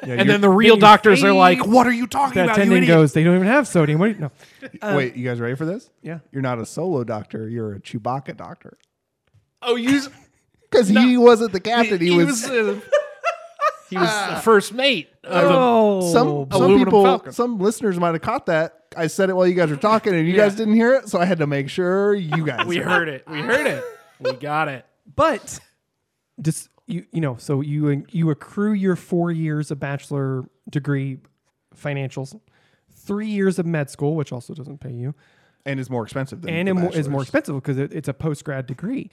Speaker 3: and then the real
Speaker 2: you
Speaker 3: doctors are
Speaker 2: fade
Speaker 3: like, "What are you talking
Speaker 2: That
Speaker 3: about, you
Speaker 2: attending
Speaker 3: idiot?"
Speaker 2: goes, they don't even have sodium. What do you, no,
Speaker 1: Wait, you guys ready for this?
Speaker 2: Yeah.
Speaker 1: You're not a solo doctor. You're a Chewbacca doctor.
Speaker 3: oh, you.
Speaker 1: Because he wasn't the captain. He,
Speaker 3: He
Speaker 1: was,
Speaker 3: was. uh, he was the first mate. Of the-
Speaker 2: oh,
Speaker 1: some
Speaker 2: boy.
Speaker 1: some
Speaker 3: aluminum
Speaker 1: people,
Speaker 3: falcon.
Speaker 1: some listeners might have caught that. I said it while you guys were talking, and you guys didn't hear it, so I had to make sure you guys.
Speaker 3: we heard it. We heard it. We got it.
Speaker 2: but just you you know so you you accrue your four years of bachelor degree financials, three years of med school, which also doesn't pay you.
Speaker 1: and is more expensive than
Speaker 2: and
Speaker 1: the
Speaker 2: it mo- is more
Speaker 1: bachelor's.
Speaker 2: expensive because it, it's a post grad degree.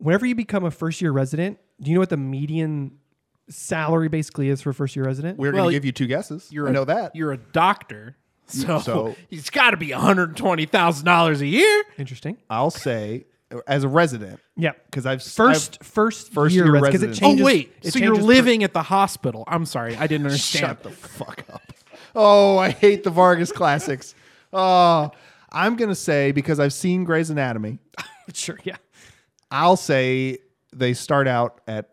Speaker 2: Whenever you become a first year resident, do you know what the median salary basically is for a first year resident?
Speaker 1: We're
Speaker 3: Well,
Speaker 1: going to give you two guesses.
Speaker 3: You're
Speaker 1: I
Speaker 3: a-
Speaker 1: know that.
Speaker 3: You're a doctor, so,
Speaker 1: So-
Speaker 3: he's got to be one hundred twenty thousand dollars a year.
Speaker 2: Interesting.
Speaker 1: I'll say uh, as a resident
Speaker 2: Yeah.
Speaker 1: because I've
Speaker 2: 1st first
Speaker 1: first
Speaker 2: year,
Speaker 1: year
Speaker 2: resident. 'cause
Speaker 1: residence.
Speaker 2: It changes,
Speaker 3: oh wait,
Speaker 2: it
Speaker 3: so you're
Speaker 2: changes per-
Speaker 3: living at the hospital? I'm sorry, I didn't
Speaker 1: I've,
Speaker 3: understand.
Speaker 1: shut the fuck up. Oh, I hate the Vargas classics. Oh, I'm gonna say because I've seen Grey's Anatomy.
Speaker 2: sure. Yeah.
Speaker 1: I'll say they start out at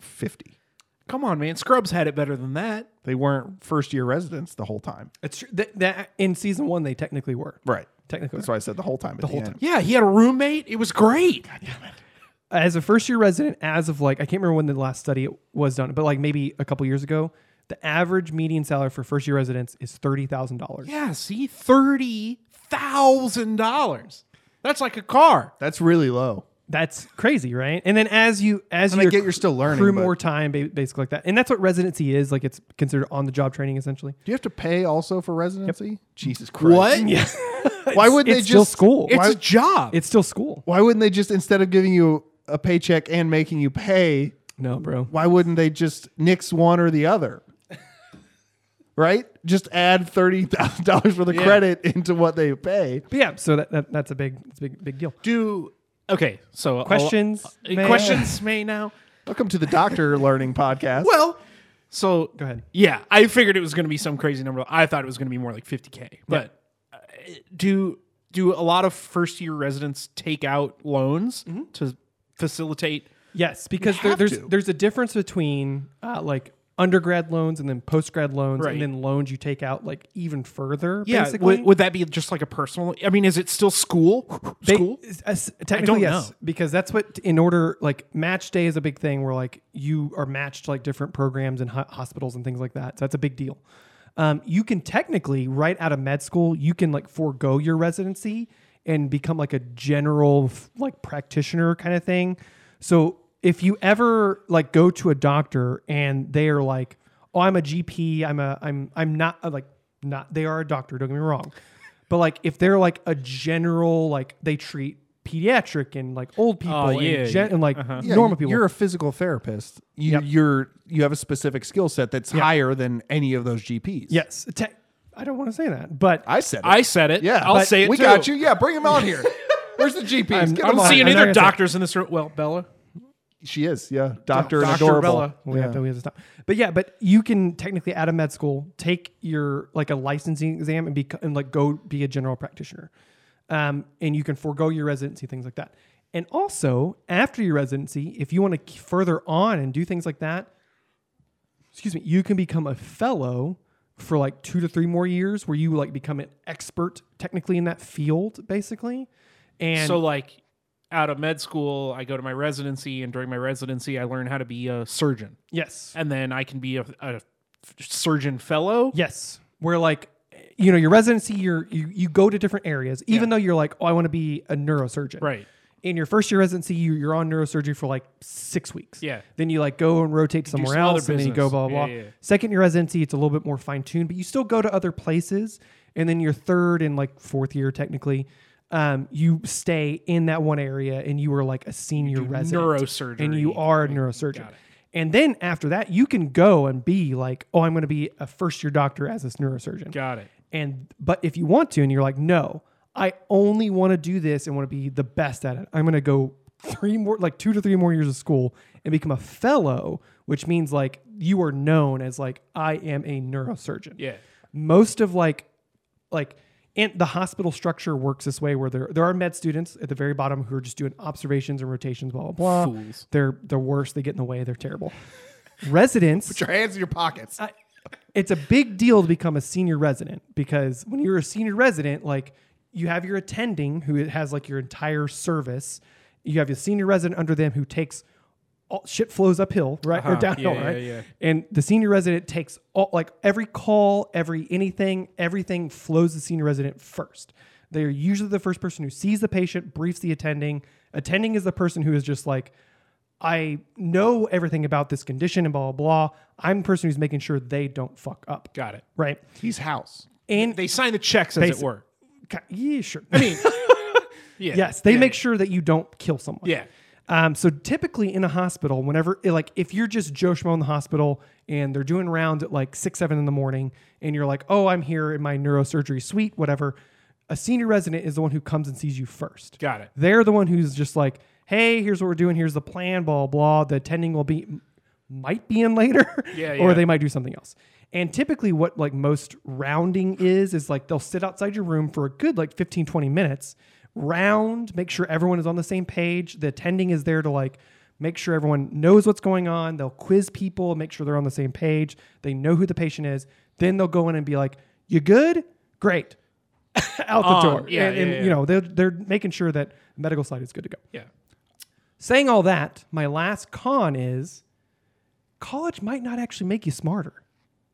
Speaker 1: fifty.
Speaker 3: Come on, man. Scrubs had it better than that.
Speaker 1: They weren't first year residents the whole time.
Speaker 2: It's true. That, that in season one they technically were.
Speaker 1: Right.
Speaker 2: Technically.
Speaker 1: That's why I said the whole time. The
Speaker 2: whole time.
Speaker 3: Yeah, he had a roommate. It was great.
Speaker 2: As a first year resident, as of like I can't remember when the last study was done, but like maybe a couple years ago, the average median salary for first year residents is thirty thousand dollars.
Speaker 3: Yeah, see, thirty thousand dollars. That's like a car.
Speaker 1: That's really low.
Speaker 2: That's crazy, right? And then as you as
Speaker 1: And I
Speaker 2: you
Speaker 1: get you're still learning,
Speaker 2: accrue
Speaker 1: but-
Speaker 2: more time, ba- basically like that, and that's what residency is. Like it's considered on the job training essentially.
Speaker 1: Do you have to pay also for residency? Jesus Christ.
Speaker 3: Yeah.
Speaker 1: Why wouldn't they
Speaker 2: it's still
Speaker 1: just
Speaker 2: school.
Speaker 1: Why,
Speaker 3: It's a job.
Speaker 2: It's still school.
Speaker 1: why wouldn't they just instead of giving you a paycheck and making you pay,
Speaker 2: No, bro.
Speaker 1: why wouldn't they just nix one or the other? right? Just add thirty thousand dollars for the credit into what they pay.
Speaker 2: But yeah, so that, that that's a big that's a big big deal.
Speaker 3: Do okay. So I'll-
Speaker 2: Questions,
Speaker 3: uh,
Speaker 2: May?
Speaker 3: questions, May now.
Speaker 1: Welcome to the Doctor Learning Podcast.
Speaker 3: Well, so
Speaker 2: Go ahead.
Speaker 3: Yeah, I figured it was going to be some crazy number. I thought it was going to be more like 50k. But uh, do do a lot of first year residents take out loans to facilitate?
Speaker 2: Yes, because
Speaker 3: have
Speaker 2: there, there's
Speaker 3: to.
Speaker 2: there's a difference between uh, like undergrad loans and then postgrad loans
Speaker 3: Right.
Speaker 2: and then loans you take out like even further.
Speaker 3: Yeah,
Speaker 2: basically.
Speaker 3: would, would that be just like a personal? I mean, is it still school?
Speaker 2: They-
Speaker 3: school?
Speaker 2: s- as- technically, yes,
Speaker 3: know.
Speaker 2: because that's what in order like match day is a big thing where like you are matched to, like different programs and ho- hospitals and things like that. So that's a big deal. Um, you can technically right out of med school, you can like forego your residency and become like a general f- like practitioner kind of thing. So if you ever like go to a doctor and they are like, "Oh, I'm a GP. I'm a I'm I'm not a, like not they are a doctor. Don't get me wrong." But like if they're like a general like they treat pediatric and like old people
Speaker 3: Oh, yeah,
Speaker 2: and, gen-
Speaker 3: yeah.
Speaker 2: and like
Speaker 1: Yeah,
Speaker 2: normal
Speaker 1: you-
Speaker 2: people.
Speaker 1: You're a physical therapist. You,
Speaker 2: Yep.
Speaker 1: You're you have a specific skill set that's higher than any of those GPs.
Speaker 2: yes, te- I don't want to say that, but
Speaker 1: I said it.
Speaker 3: I said it.
Speaker 1: yeah,
Speaker 3: I'll say it.
Speaker 1: We
Speaker 3: too.
Speaker 1: got you. Yeah, bring him on here. Where's the GPs? Get
Speaker 2: I'm
Speaker 1: him
Speaker 3: I
Speaker 1: on.
Speaker 3: don't
Speaker 2: I'm not
Speaker 3: see any other
Speaker 2: gonna say it.
Speaker 3: doctors in this room. Well, Bella.
Speaker 1: She is. Yeah, doctor and
Speaker 3: Dr.
Speaker 1: adorable.
Speaker 3: Bella.
Speaker 2: we have to we have to stop. But yeah, but you can technically out of med school take your like a licensing exam and be and like go be a general practitioner, um, and you can forego your residency things like that. And also after your residency, if you want to further on and do things like that, excuse me, you can become a fellow for like two to three more years, where you like become an expert technically in that field, basically. And
Speaker 3: so like out of med school, I go to my residency, and during my residency, I learn how to be a surgeon,
Speaker 2: yes,
Speaker 3: and then I can be a, a surgeon fellow.
Speaker 2: Yes, where like you know your residency, you're, you you go to different areas, even though you're like, oh, I want to be a neurosurgeon.
Speaker 3: Right.
Speaker 2: In your first year residency, you, you're on neurosurgery for like six weeks.
Speaker 3: Yeah.
Speaker 2: Then you like go and rotate somewhere
Speaker 3: some other
Speaker 2: else, and then you go
Speaker 3: business.
Speaker 2: blah blah.
Speaker 3: Yeah,
Speaker 2: blah.
Speaker 3: yeah, yeah.
Speaker 2: Second year residency, it's a little bit more fine tuned, but you still go to other places. And then your third and like fourth year, technically, um, you stay in that one area, and you are like a senior resident, and you
Speaker 3: neurosurgery.
Speaker 2: are a neurosurgeon. And then after that, you can go and be like, oh, I'm going to be a first year doctor as this neurosurgeon.
Speaker 3: Got it.
Speaker 2: And but if you want to, and you're like, no, I only want to do this and want to be the best at it. I'm going to go three more, like two to three more years of school and become a fellow, which means like you are known as like I am a neurosurgeon.
Speaker 3: Yeah.
Speaker 2: Most of like, like. And the hospital structure works this way, where there there are med students at the very bottom who are just doing observations and rotations, blah blah blah.
Speaker 3: Fools.
Speaker 2: They're they're worse. They get in the way. They're terrible. Residents
Speaker 1: Put your hands in your pockets.
Speaker 2: Uh, it's a big deal to become a senior resident because when you're a senior resident, like you have your attending who has like your entire service. You have your senior resident under them who takes all shit flows uphill, right? Or downhill,
Speaker 3: Uh-huh. Yeah, yeah,
Speaker 2: right?
Speaker 3: yeah.
Speaker 2: And the senior resident takes all like every call, every anything, everything flows the senior resident first. They're usually the first person who sees the patient, briefs the attending. Attending is the person who is just like, I know everything about this condition and blah blah blah. I'm the person who's making sure they don't fuck up.
Speaker 3: Got it.
Speaker 2: Right.
Speaker 1: He's house.
Speaker 2: And
Speaker 3: They sign the checks as
Speaker 2: Basic-
Speaker 3: it were.
Speaker 2: Ki- yeah, sure. I mean,
Speaker 3: Yeah.
Speaker 2: yes, they
Speaker 3: Yeah,
Speaker 2: make sure that you don't kill someone.
Speaker 3: Yeah.
Speaker 2: Um, so typically in a hospital, whenever like if you're just Joe Schmo in the hospital and they're doing rounds at like six, seven in the morning, and you're like, oh, I'm here in my neurosurgery suite, whatever. A senior resident is the one who comes and sees you first.
Speaker 3: Got it.
Speaker 2: They're the one who's just like, hey, here's what we're doing. Here's the plan, blah, blah. The attending will be, might be in later.
Speaker 3: Yeah,
Speaker 2: or
Speaker 3: yeah.
Speaker 2: they might do something else. And typically what like most rounding is, is like they'll sit outside your room for a good like 15, 20 minutes, round, make sure everyone is on the same page. The attending is there to like make sure everyone knows what's going on. They'll quiz people, make sure they're on the same page. They know who the patient is. Then they'll go in and be like, you good? Great. Out the
Speaker 3: On.
Speaker 2: door.
Speaker 3: Yeah,
Speaker 2: and,
Speaker 3: yeah,
Speaker 2: and,
Speaker 3: yeah.
Speaker 2: you know, they're, they're making sure that medical side is good to go.
Speaker 3: Yeah.
Speaker 2: Saying all that, my last con is college might not actually make you smarter.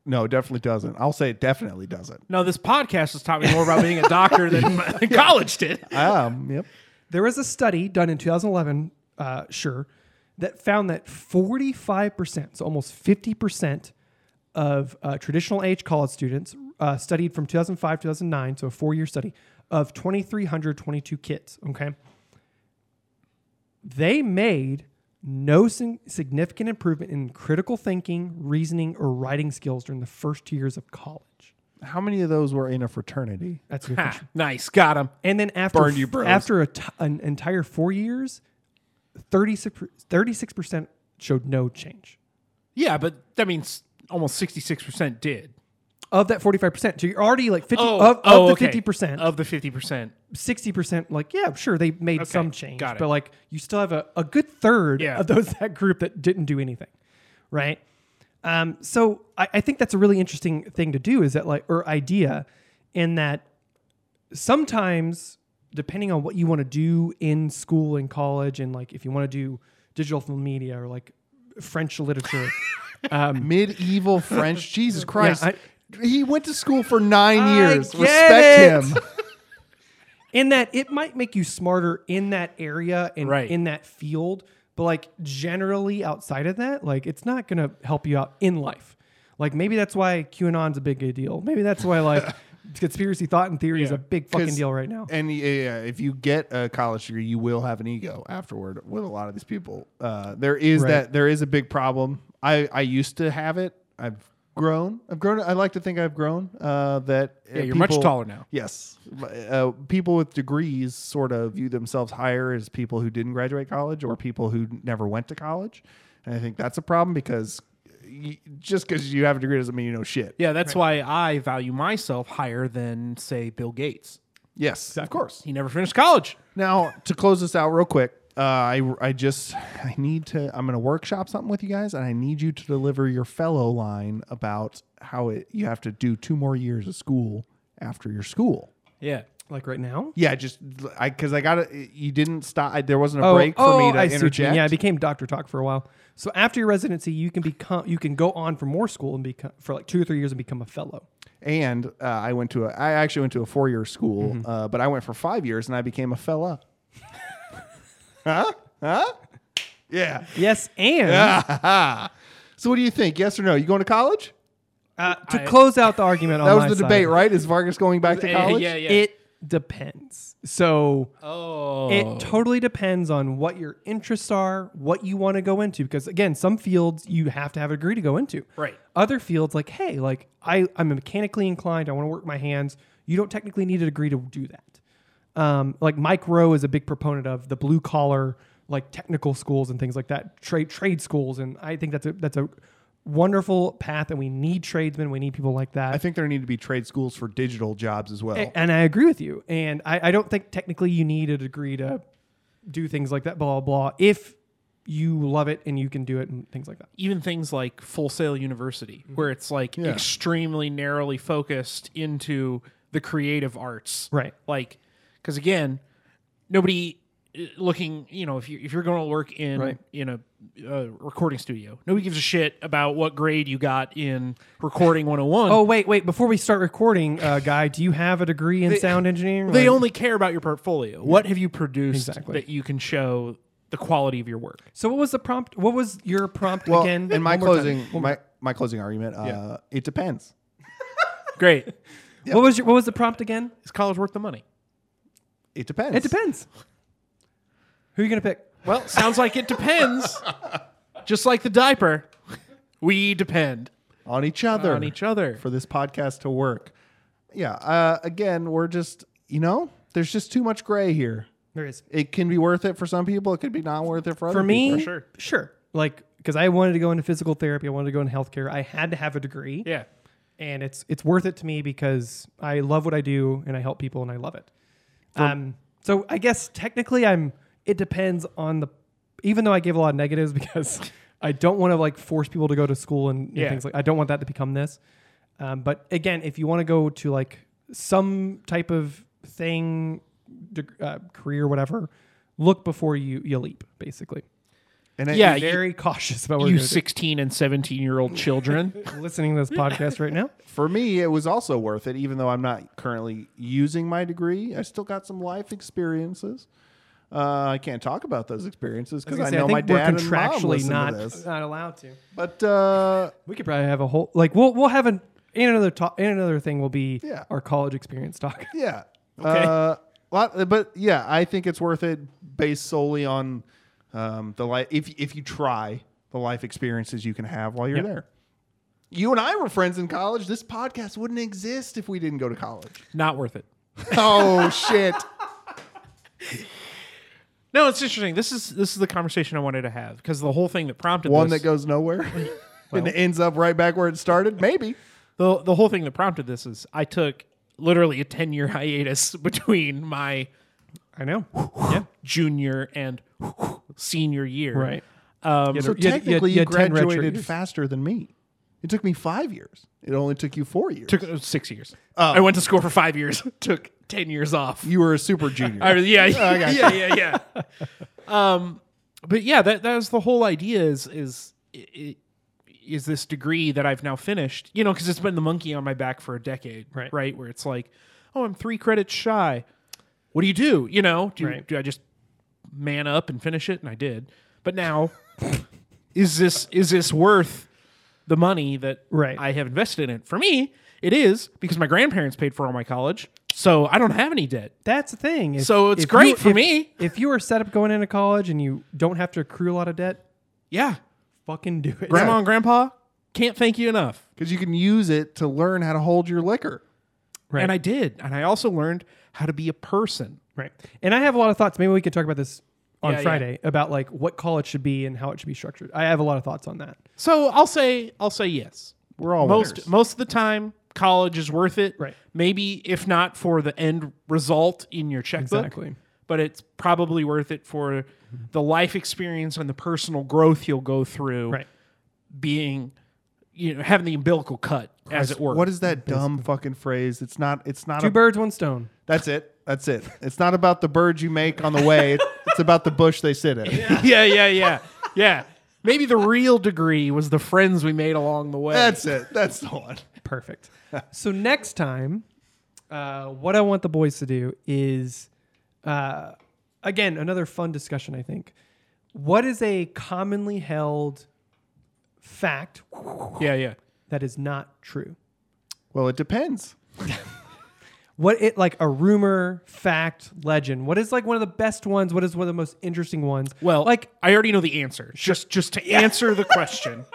Speaker 1: No, definitely doesn't. I'll say it definitely doesn't.
Speaker 3: No, this podcast is taught me more about being a doctor than my- college did.
Speaker 1: Um, yep.
Speaker 2: There was a study done in 2011, uh, sure, that found that 45%, so almost 50% of uh, traditional age college students uh, studied from 2005 2009, so a four year study of 2,322 kids. Okay, they made no sin- significant improvement in critical thinking, reasoning, or writing skills during the first two years of college.
Speaker 1: How many of those were in a fraternity?
Speaker 2: That's a good
Speaker 3: Ha,
Speaker 2: question.
Speaker 3: nice, got him.
Speaker 2: And then after
Speaker 1: Burn you, bros.
Speaker 2: after a t- an entire four years, 36 percent showed no change.
Speaker 3: Yeah, but that means almost sixty-six percent did. Oh,
Speaker 2: Of that forty five percent, so you're already like fifty Oh,
Speaker 1: Oh,
Speaker 2: of, of the fifty percent.
Speaker 3: of the fifty percent.
Speaker 2: sixty percent, like yeah, sure they made some change,
Speaker 3: got it.
Speaker 2: but like you still have a, a good third
Speaker 3: Yeah.
Speaker 2: of those that group that didn't do anything, right? Um, so I, I think that's a really interesting thing to do is that like or idea, in that sometimes depending on what you want to do in school and college and like if you want to do digital film media or like French literature,
Speaker 1: Medieval French. Jesus Christ.
Speaker 2: Um, I-
Speaker 1: he went to school for nine
Speaker 2: I
Speaker 1: years.
Speaker 2: get
Speaker 1: Respect
Speaker 2: it.
Speaker 1: him.
Speaker 2: in that it might make you smarter in that area and
Speaker 3: Right.
Speaker 2: in that field but like generally outside of that like it's not going to help you out in life like maybe that's why qanon's a big deal maybe that's why like conspiracy thought and theory is
Speaker 3: Yeah.
Speaker 2: a big fucking
Speaker 1: 'Cause-
Speaker 2: deal right now
Speaker 1: And yeah, yeah, if you get a college degree, you will have an ego afterward. With a lot of these people, uh, there is
Speaker 2: Right.
Speaker 1: that. There is a big problem. I I used to have it. I've grown. I've grown. I like to think I've grown. Uh, that uh,
Speaker 3: Yeah, you're much taller now.
Speaker 1: Yes, uh, people with degrees sort of view themselves higher as people who didn't graduate college or people who never went to college, and I think that's a problem because. y just because you have a degree doesn't mean you know shit.
Speaker 3: Yeah, that's why I value myself higher than say Bill Gates.
Speaker 1: Yes, of course.
Speaker 3: He never finished college.
Speaker 1: Now, to close this out real quick, uh, I I just I need to I'm going to workshop something with you guys, and I need you to deliver your fellow line about how it you have to do two more years of school after your school.
Speaker 3: Yeah.
Speaker 2: like right now
Speaker 1: Yeah, just I because I got it. You didn't stop. I, there wasn't a
Speaker 2: Oh,
Speaker 1: break for
Speaker 2: oh,
Speaker 1: me to
Speaker 2: I see what you mean.
Speaker 1: interject.
Speaker 2: yeah i became doctor talk for a while so after your residency you can become you can go on for more school and become for like two or three years and become a fellow
Speaker 1: and uh, I went to a I actually went to a four year school,
Speaker 2: Mm-hmm.
Speaker 1: uh, but I went for five years and I became a fella. huh? Huh? Yeah.
Speaker 2: yes and
Speaker 1: So what do you think? Yes or no? You going to college?
Speaker 2: uh, to close out the argument on
Speaker 1: That
Speaker 2: my
Speaker 1: was the
Speaker 2: side,
Speaker 1: debate, right? Is Vargas going back to
Speaker 3: Yeah,
Speaker 1: college?
Speaker 3: yeah, yeah.
Speaker 2: It depends. So
Speaker 3: oh.
Speaker 2: it totally depends on what your interests are, what you want to go into. Because again, some fields you have to have a degree to go into.
Speaker 3: Right.
Speaker 2: Other fields, like, hey, like I, I'm mechanically inclined, I want to work my hands. You don't technically need a degree to do that. Um, like Mike Rowe is a big proponent of the blue collar, like technical schools and things like that, trade trade schools, and I think that's a that's a wonderful path, and we need tradesmen, we need people like that.
Speaker 1: I think there need to be trade schools for digital jobs as well.
Speaker 2: A- and I agree with you. And I, I don't think technically you need a degree to do things like that, blah, blah, blah, if you love it and you can do it and things like that.
Speaker 3: even things like Full Sail University,
Speaker 2: Mm-hmm.
Speaker 3: where it's like extremely narrowly focused into the creative arts.
Speaker 2: Right.
Speaker 3: Like, because again, nobody uh, looking, you know, if you're, if you're going to work in
Speaker 2: Right.
Speaker 3: in a uh, recording studio, nobody gives a shit about what grade you got in Recording 101.
Speaker 2: Oh, wait, wait. Before we start recording, uh, Guy, do you have a degree in sound engineering?
Speaker 3: They
Speaker 2: Like-
Speaker 3: only care about your portfolio. What have you produced
Speaker 2: Exactly.
Speaker 3: that you can show the quality of your work?
Speaker 2: So, what was the prompt? What was your prompt
Speaker 1: well,
Speaker 2: again?
Speaker 1: in my
Speaker 2: One more time.
Speaker 1: closing, my, my closing argument, uh, it depends.
Speaker 3: Great.
Speaker 2: What was your, what was the prompt again?
Speaker 3: Is college worth the money?
Speaker 1: It depends.
Speaker 2: It depends. Who are you going to pick?
Speaker 3: Well, sounds like it depends. Just like the diaper, we depend
Speaker 1: on each other.
Speaker 3: on each other.
Speaker 1: for this podcast to work. Yeah. Uh, again, we're just you know, there's just too much gray here.
Speaker 2: There is.
Speaker 1: It can be worth it for some people. It could be not worth it for,
Speaker 2: for
Speaker 1: other
Speaker 2: me,
Speaker 1: people.
Speaker 3: sure.
Speaker 2: sure. Like, because I wanted to go into physical therapy, I wanted to go into healthcare. I had to have a degree.
Speaker 3: Yeah.
Speaker 2: and it's it's worth it to me because I love what I do and I help people and I love it. Um, so I guess technically I'm. It depends on the. Even though I gave a lot of negatives because I don't want to like force people to go to school and, and
Speaker 3: Yeah.
Speaker 2: things like I don't want that to become this. Um, but again, if you want to go to like some type of thing, deg- uh, career, whatever, look before you you leap. Basically,
Speaker 1: And it-
Speaker 3: Yeah,
Speaker 2: Be
Speaker 3: you-
Speaker 2: very cautious about what
Speaker 3: You
Speaker 2: you're doing.
Speaker 3: 16 and 17 year old children.
Speaker 2: listening to this podcast right now.
Speaker 1: for me, it was also worth it, even though I'm not currently using my degree. I still got some life experiences. Uh, I can't talk about those experiences because I,
Speaker 2: was gonna say,
Speaker 1: know my
Speaker 2: think we're
Speaker 1: dad and mom
Speaker 2: contractually
Speaker 1: listen
Speaker 2: not
Speaker 1: to this.
Speaker 2: not allowed to.
Speaker 1: But uh,
Speaker 2: We could probably have a whole like we'll we'll have an and another to- and another thing will be
Speaker 1: Yeah.
Speaker 2: our college experience talk.
Speaker 1: Yeah.
Speaker 3: Okay.
Speaker 1: Uh, lot, but yeah, I think it's worth it based solely on um, the life. If if you try the life experiences you can have while you're
Speaker 3: Yep.
Speaker 1: there. You and I were friends in college. This podcast wouldn't exist if we didn't go to college.
Speaker 3: Not worth it.
Speaker 1: oh shit!
Speaker 3: No, it's interesting. This is this is the conversation I wanted to have because the whole thing that prompted
Speaker 1: One
Speaker 3: this,
Speaker 1: that goes nowhere and ends up right back where it started. Maybe.
Speaker 3: the the whole thing that prompted this is I took literally a ten year hiatus between my
Speaker 2: I know.
Speaker 3: junior and senior year.
Speaker 2: Right.
Speaker 3: Um,
Speaker 2: Yeah,
Speaker 1: So
Speaker 2: You had- you had-
Speaker 1: technically,
Speaker 2: you
Speaker 1: you,
Speaker 2: had 10 redshirt
Speaker 1: graduated
Speaker 2: years.
Speaker 1: faster than me. It took me five years. It only took you four years.
Speaker 3: took uh, six years. I went to school for five years. took ten years off.
Speaker 1: you were a super junior.
Speaker 3: I was- yeah,
Speaker 2: Oh,
Speaker 3: yeah, yeah, yeah, Um, but yeah, that that was the whole idea. Is is i- i- is this degree that I've now finished? You know, because it's been the monkey on my back for a decade,
Speaker 2: Right.
Speaker 3: Right, where it's like, oh, I'm three credits shy. What do you do? You know, do
Speaker 2: Right.
Speaker 3: do I just man up and finish it? And I did. But now, is this is this worth the money that
Speaker 2: Right.
Speaker 3: I have invested in it? For me, it is because my grandparents paid for all my college, so I don't have any debt.
Speaker 2: That's the thing. If-
Speaker 3: So it's
Speaker 2: if
Speaker 3: great
Speaker 2: you-
Speaker 3: for
Speaker 2: if-
Speaker 3: me.
Speaker 2: If you are set up going into college and you don't have to accrue a lot of debt,
Speaker 3: Yeah,
Speaker 2: fucking do it.
Speaker 3: Grandma and Grandpa can't thank you enough.
Speaker 1: because you can use it to learn how to hold your liquor.
Speaker 2: Right.
Speaker 3: And I did. And I also learned how to be a person.
Speaker 2: Right. And I have a lot of thoughts. Maybe we could talk about this on
Speaker 3: Yeah, yeah.
Speaker 2: Friday about like what college should be and how it should be structured. I have a lot of thoughts on that.
Speaker 3: So I'll say I'll say yes.
Speaker 1: We're all
Speaker 3: most
Speaker 1: winners.
Speaker 3: most of the time college is worth it.
Speaker 2: Right.
Speaker 3: Maybe if not for the end result in your checkbook.
Speaker 2: Exactly.
Speaker 3: But it's probably worth it for the life experience and the personal growth you'll go through
Speaker 2: Right.
Speaker 3: being you know having the umbilical cut as it were.
Speaker 1: What is that dumb fucking phrase? It's not. It's not.
Speaker 2: Two
Speaker 1: A,
Speaker 2: birds, one stone.
Speaker 1: that's it. That's it. It's not about the birds you make on the way. It- it's about the bush they sit in.
Speaker 3: yeah, yeah, yeah. Yeah. Maybe the real degree was the friends we made along the way.
Speaker 1: That's it. That's the one.
Speaker 2: Perfect. so next time, uh, what I want the boys to do is, uh, again, another fun discussion. I think. What is a commonly held fact
Speaker 3: yeah, yeah.
Speaker 2: that is not true?
Speaker 1: Well, it depends.
Speaker 2: What it like a rumor, fact, legend? What is like one of the best ones? What is one of the most interesting ones?
Speaker 3: Well,
Speaker 2: like
Speaker 3: like I already know the answer. Just just to answer the question.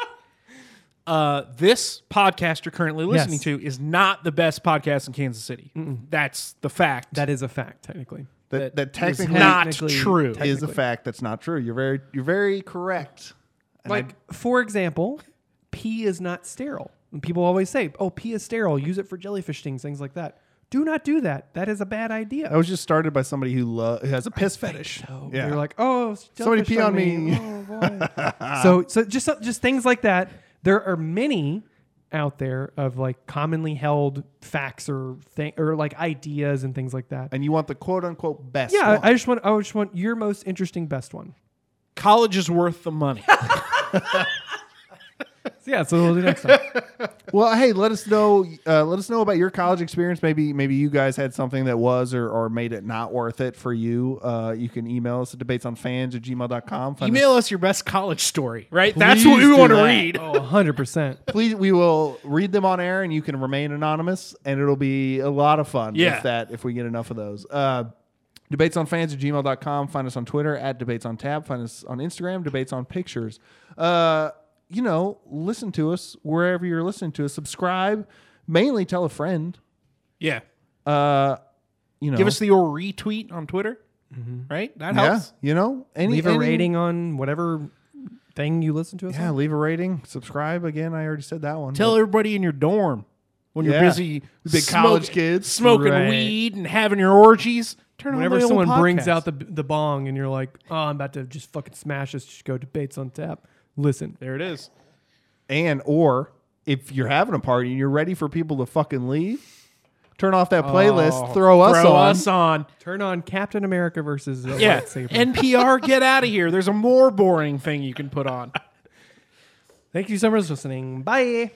Speaker 3: Uh, this podcast you're currently listening
Speaker 2: Yes.
Speaker 3: to is not the best podcast in Kansas City. That's the fact.
Speaker 2: that is a fact technically.
Speaker 1: That that,
Speaker 3: is
Speaker 1: technically
Speaker 3: not
Speaker 2: technically-
Speaker 3: true.
Speaker 2: tech-
Speaker 1: is a
Speaker 2: technically.
Speaker 1: fact that's not true. You're very you're very correct. And I-
Speaker 2: Like, for example, pee is not sterile. And people always say, oh, pee is sterile. Use it for jellyfish stings, things like that. Do not do that. That is a bad idea.
Speaker 1: that was just started by somebody who, lo- who has a piss fetish.
Speaker 2: So
Speaker 1: Yeah.
Speaker 2: They're like, oh,
Speaker 1: Somebody
Speaker 2: jellyfish
Speaker 1: pee on me.
Speaker 2: Oh, boy. so, so just, just things like that. There are many out there of like commonly held facts or thing or like ideas and things like that.
Speaker 1: and you want the quote unquote best.
Speaker 2: yeah,
Speaker 1: one.
Speaker 2: I, I just want I just want your most interesting best one.
Speaker 3: College is worth the money.
Speaker 2: So, yeah, so we'll do next time.
Speaker 1: well, hey, let us know. Uh, let us know about your college experience. Maybe, maybe you guys had something that was or, or made it not worth it for you. Uh, you can email us at debatesonfans at gmail.com. Find us-
Speaker 3: Email us your best college story, right? That's what
Speaker 1: Please
Speaker 3: we
Speaker 1: do
Speaker 3: want to
Speaker 1: that.
Speaker 3: read.
Speaker 2: Oh, 100%.
Speaker 1: please we will read them on air and you can remain anonymous and it'll be a lot of fun
Speaker 3: Yeah.
Speaker 1: if that if we get enough of those uh debates on fans at gmail.com find us on twitter at debates on tab find us on instagram debates on pictures uh you know listen to us wherever you're listening to us subscribe mainly tell a friend
Speaker 3: Yeah.
Speaker 1: uh you know
Speaker 3: Give us the old retweet on Twitter, right? That
Speaker 1: yeah
Speaker 3: helps.
Speaker 1: you know any,
Speaker 2: Leave a
Speaker 1: any-
Speaker 2: rating on whatever thing you listen to us
Speaker 1: yeah
Speaker 2: on.
Speaker 1: leave a rating subscribe again i already said that one
Speaker 3: Tell everybody in your dorm when you're
Speaker 1: Yeah.
Speaker 3: busy,
Speaker 1: Big college kids.
Speaker 3: smoking
Speaker 2: Right.
Speaker 3: weed and having your orgies. Turn on
Speaker 2: Whenever
Speaker 3: the old
Speaker 2: someone brings
Speaker 3: podcast.
Speaker 2: out the the bong and you're like, oh, I'm about to just fucking smash this, just go debates on tap. Listen.
Speaker 3: there it is.
Speaker 1: And or if you're having a party and you're ready for people to fucking leave, turn off that playlist, throw us
Speaker 3: Oh, Throw
Speaker 1: on.
Speaker 3: us on.
Speaker 2: Turn on Captain America versus the
Speaker 3: Yeah.
Speaker 2: lightsaber.
Speaker 3: NPR, get out of here. There's a more boring thing you can put on.
Speaker 2: Thank you so much for listening. Bye.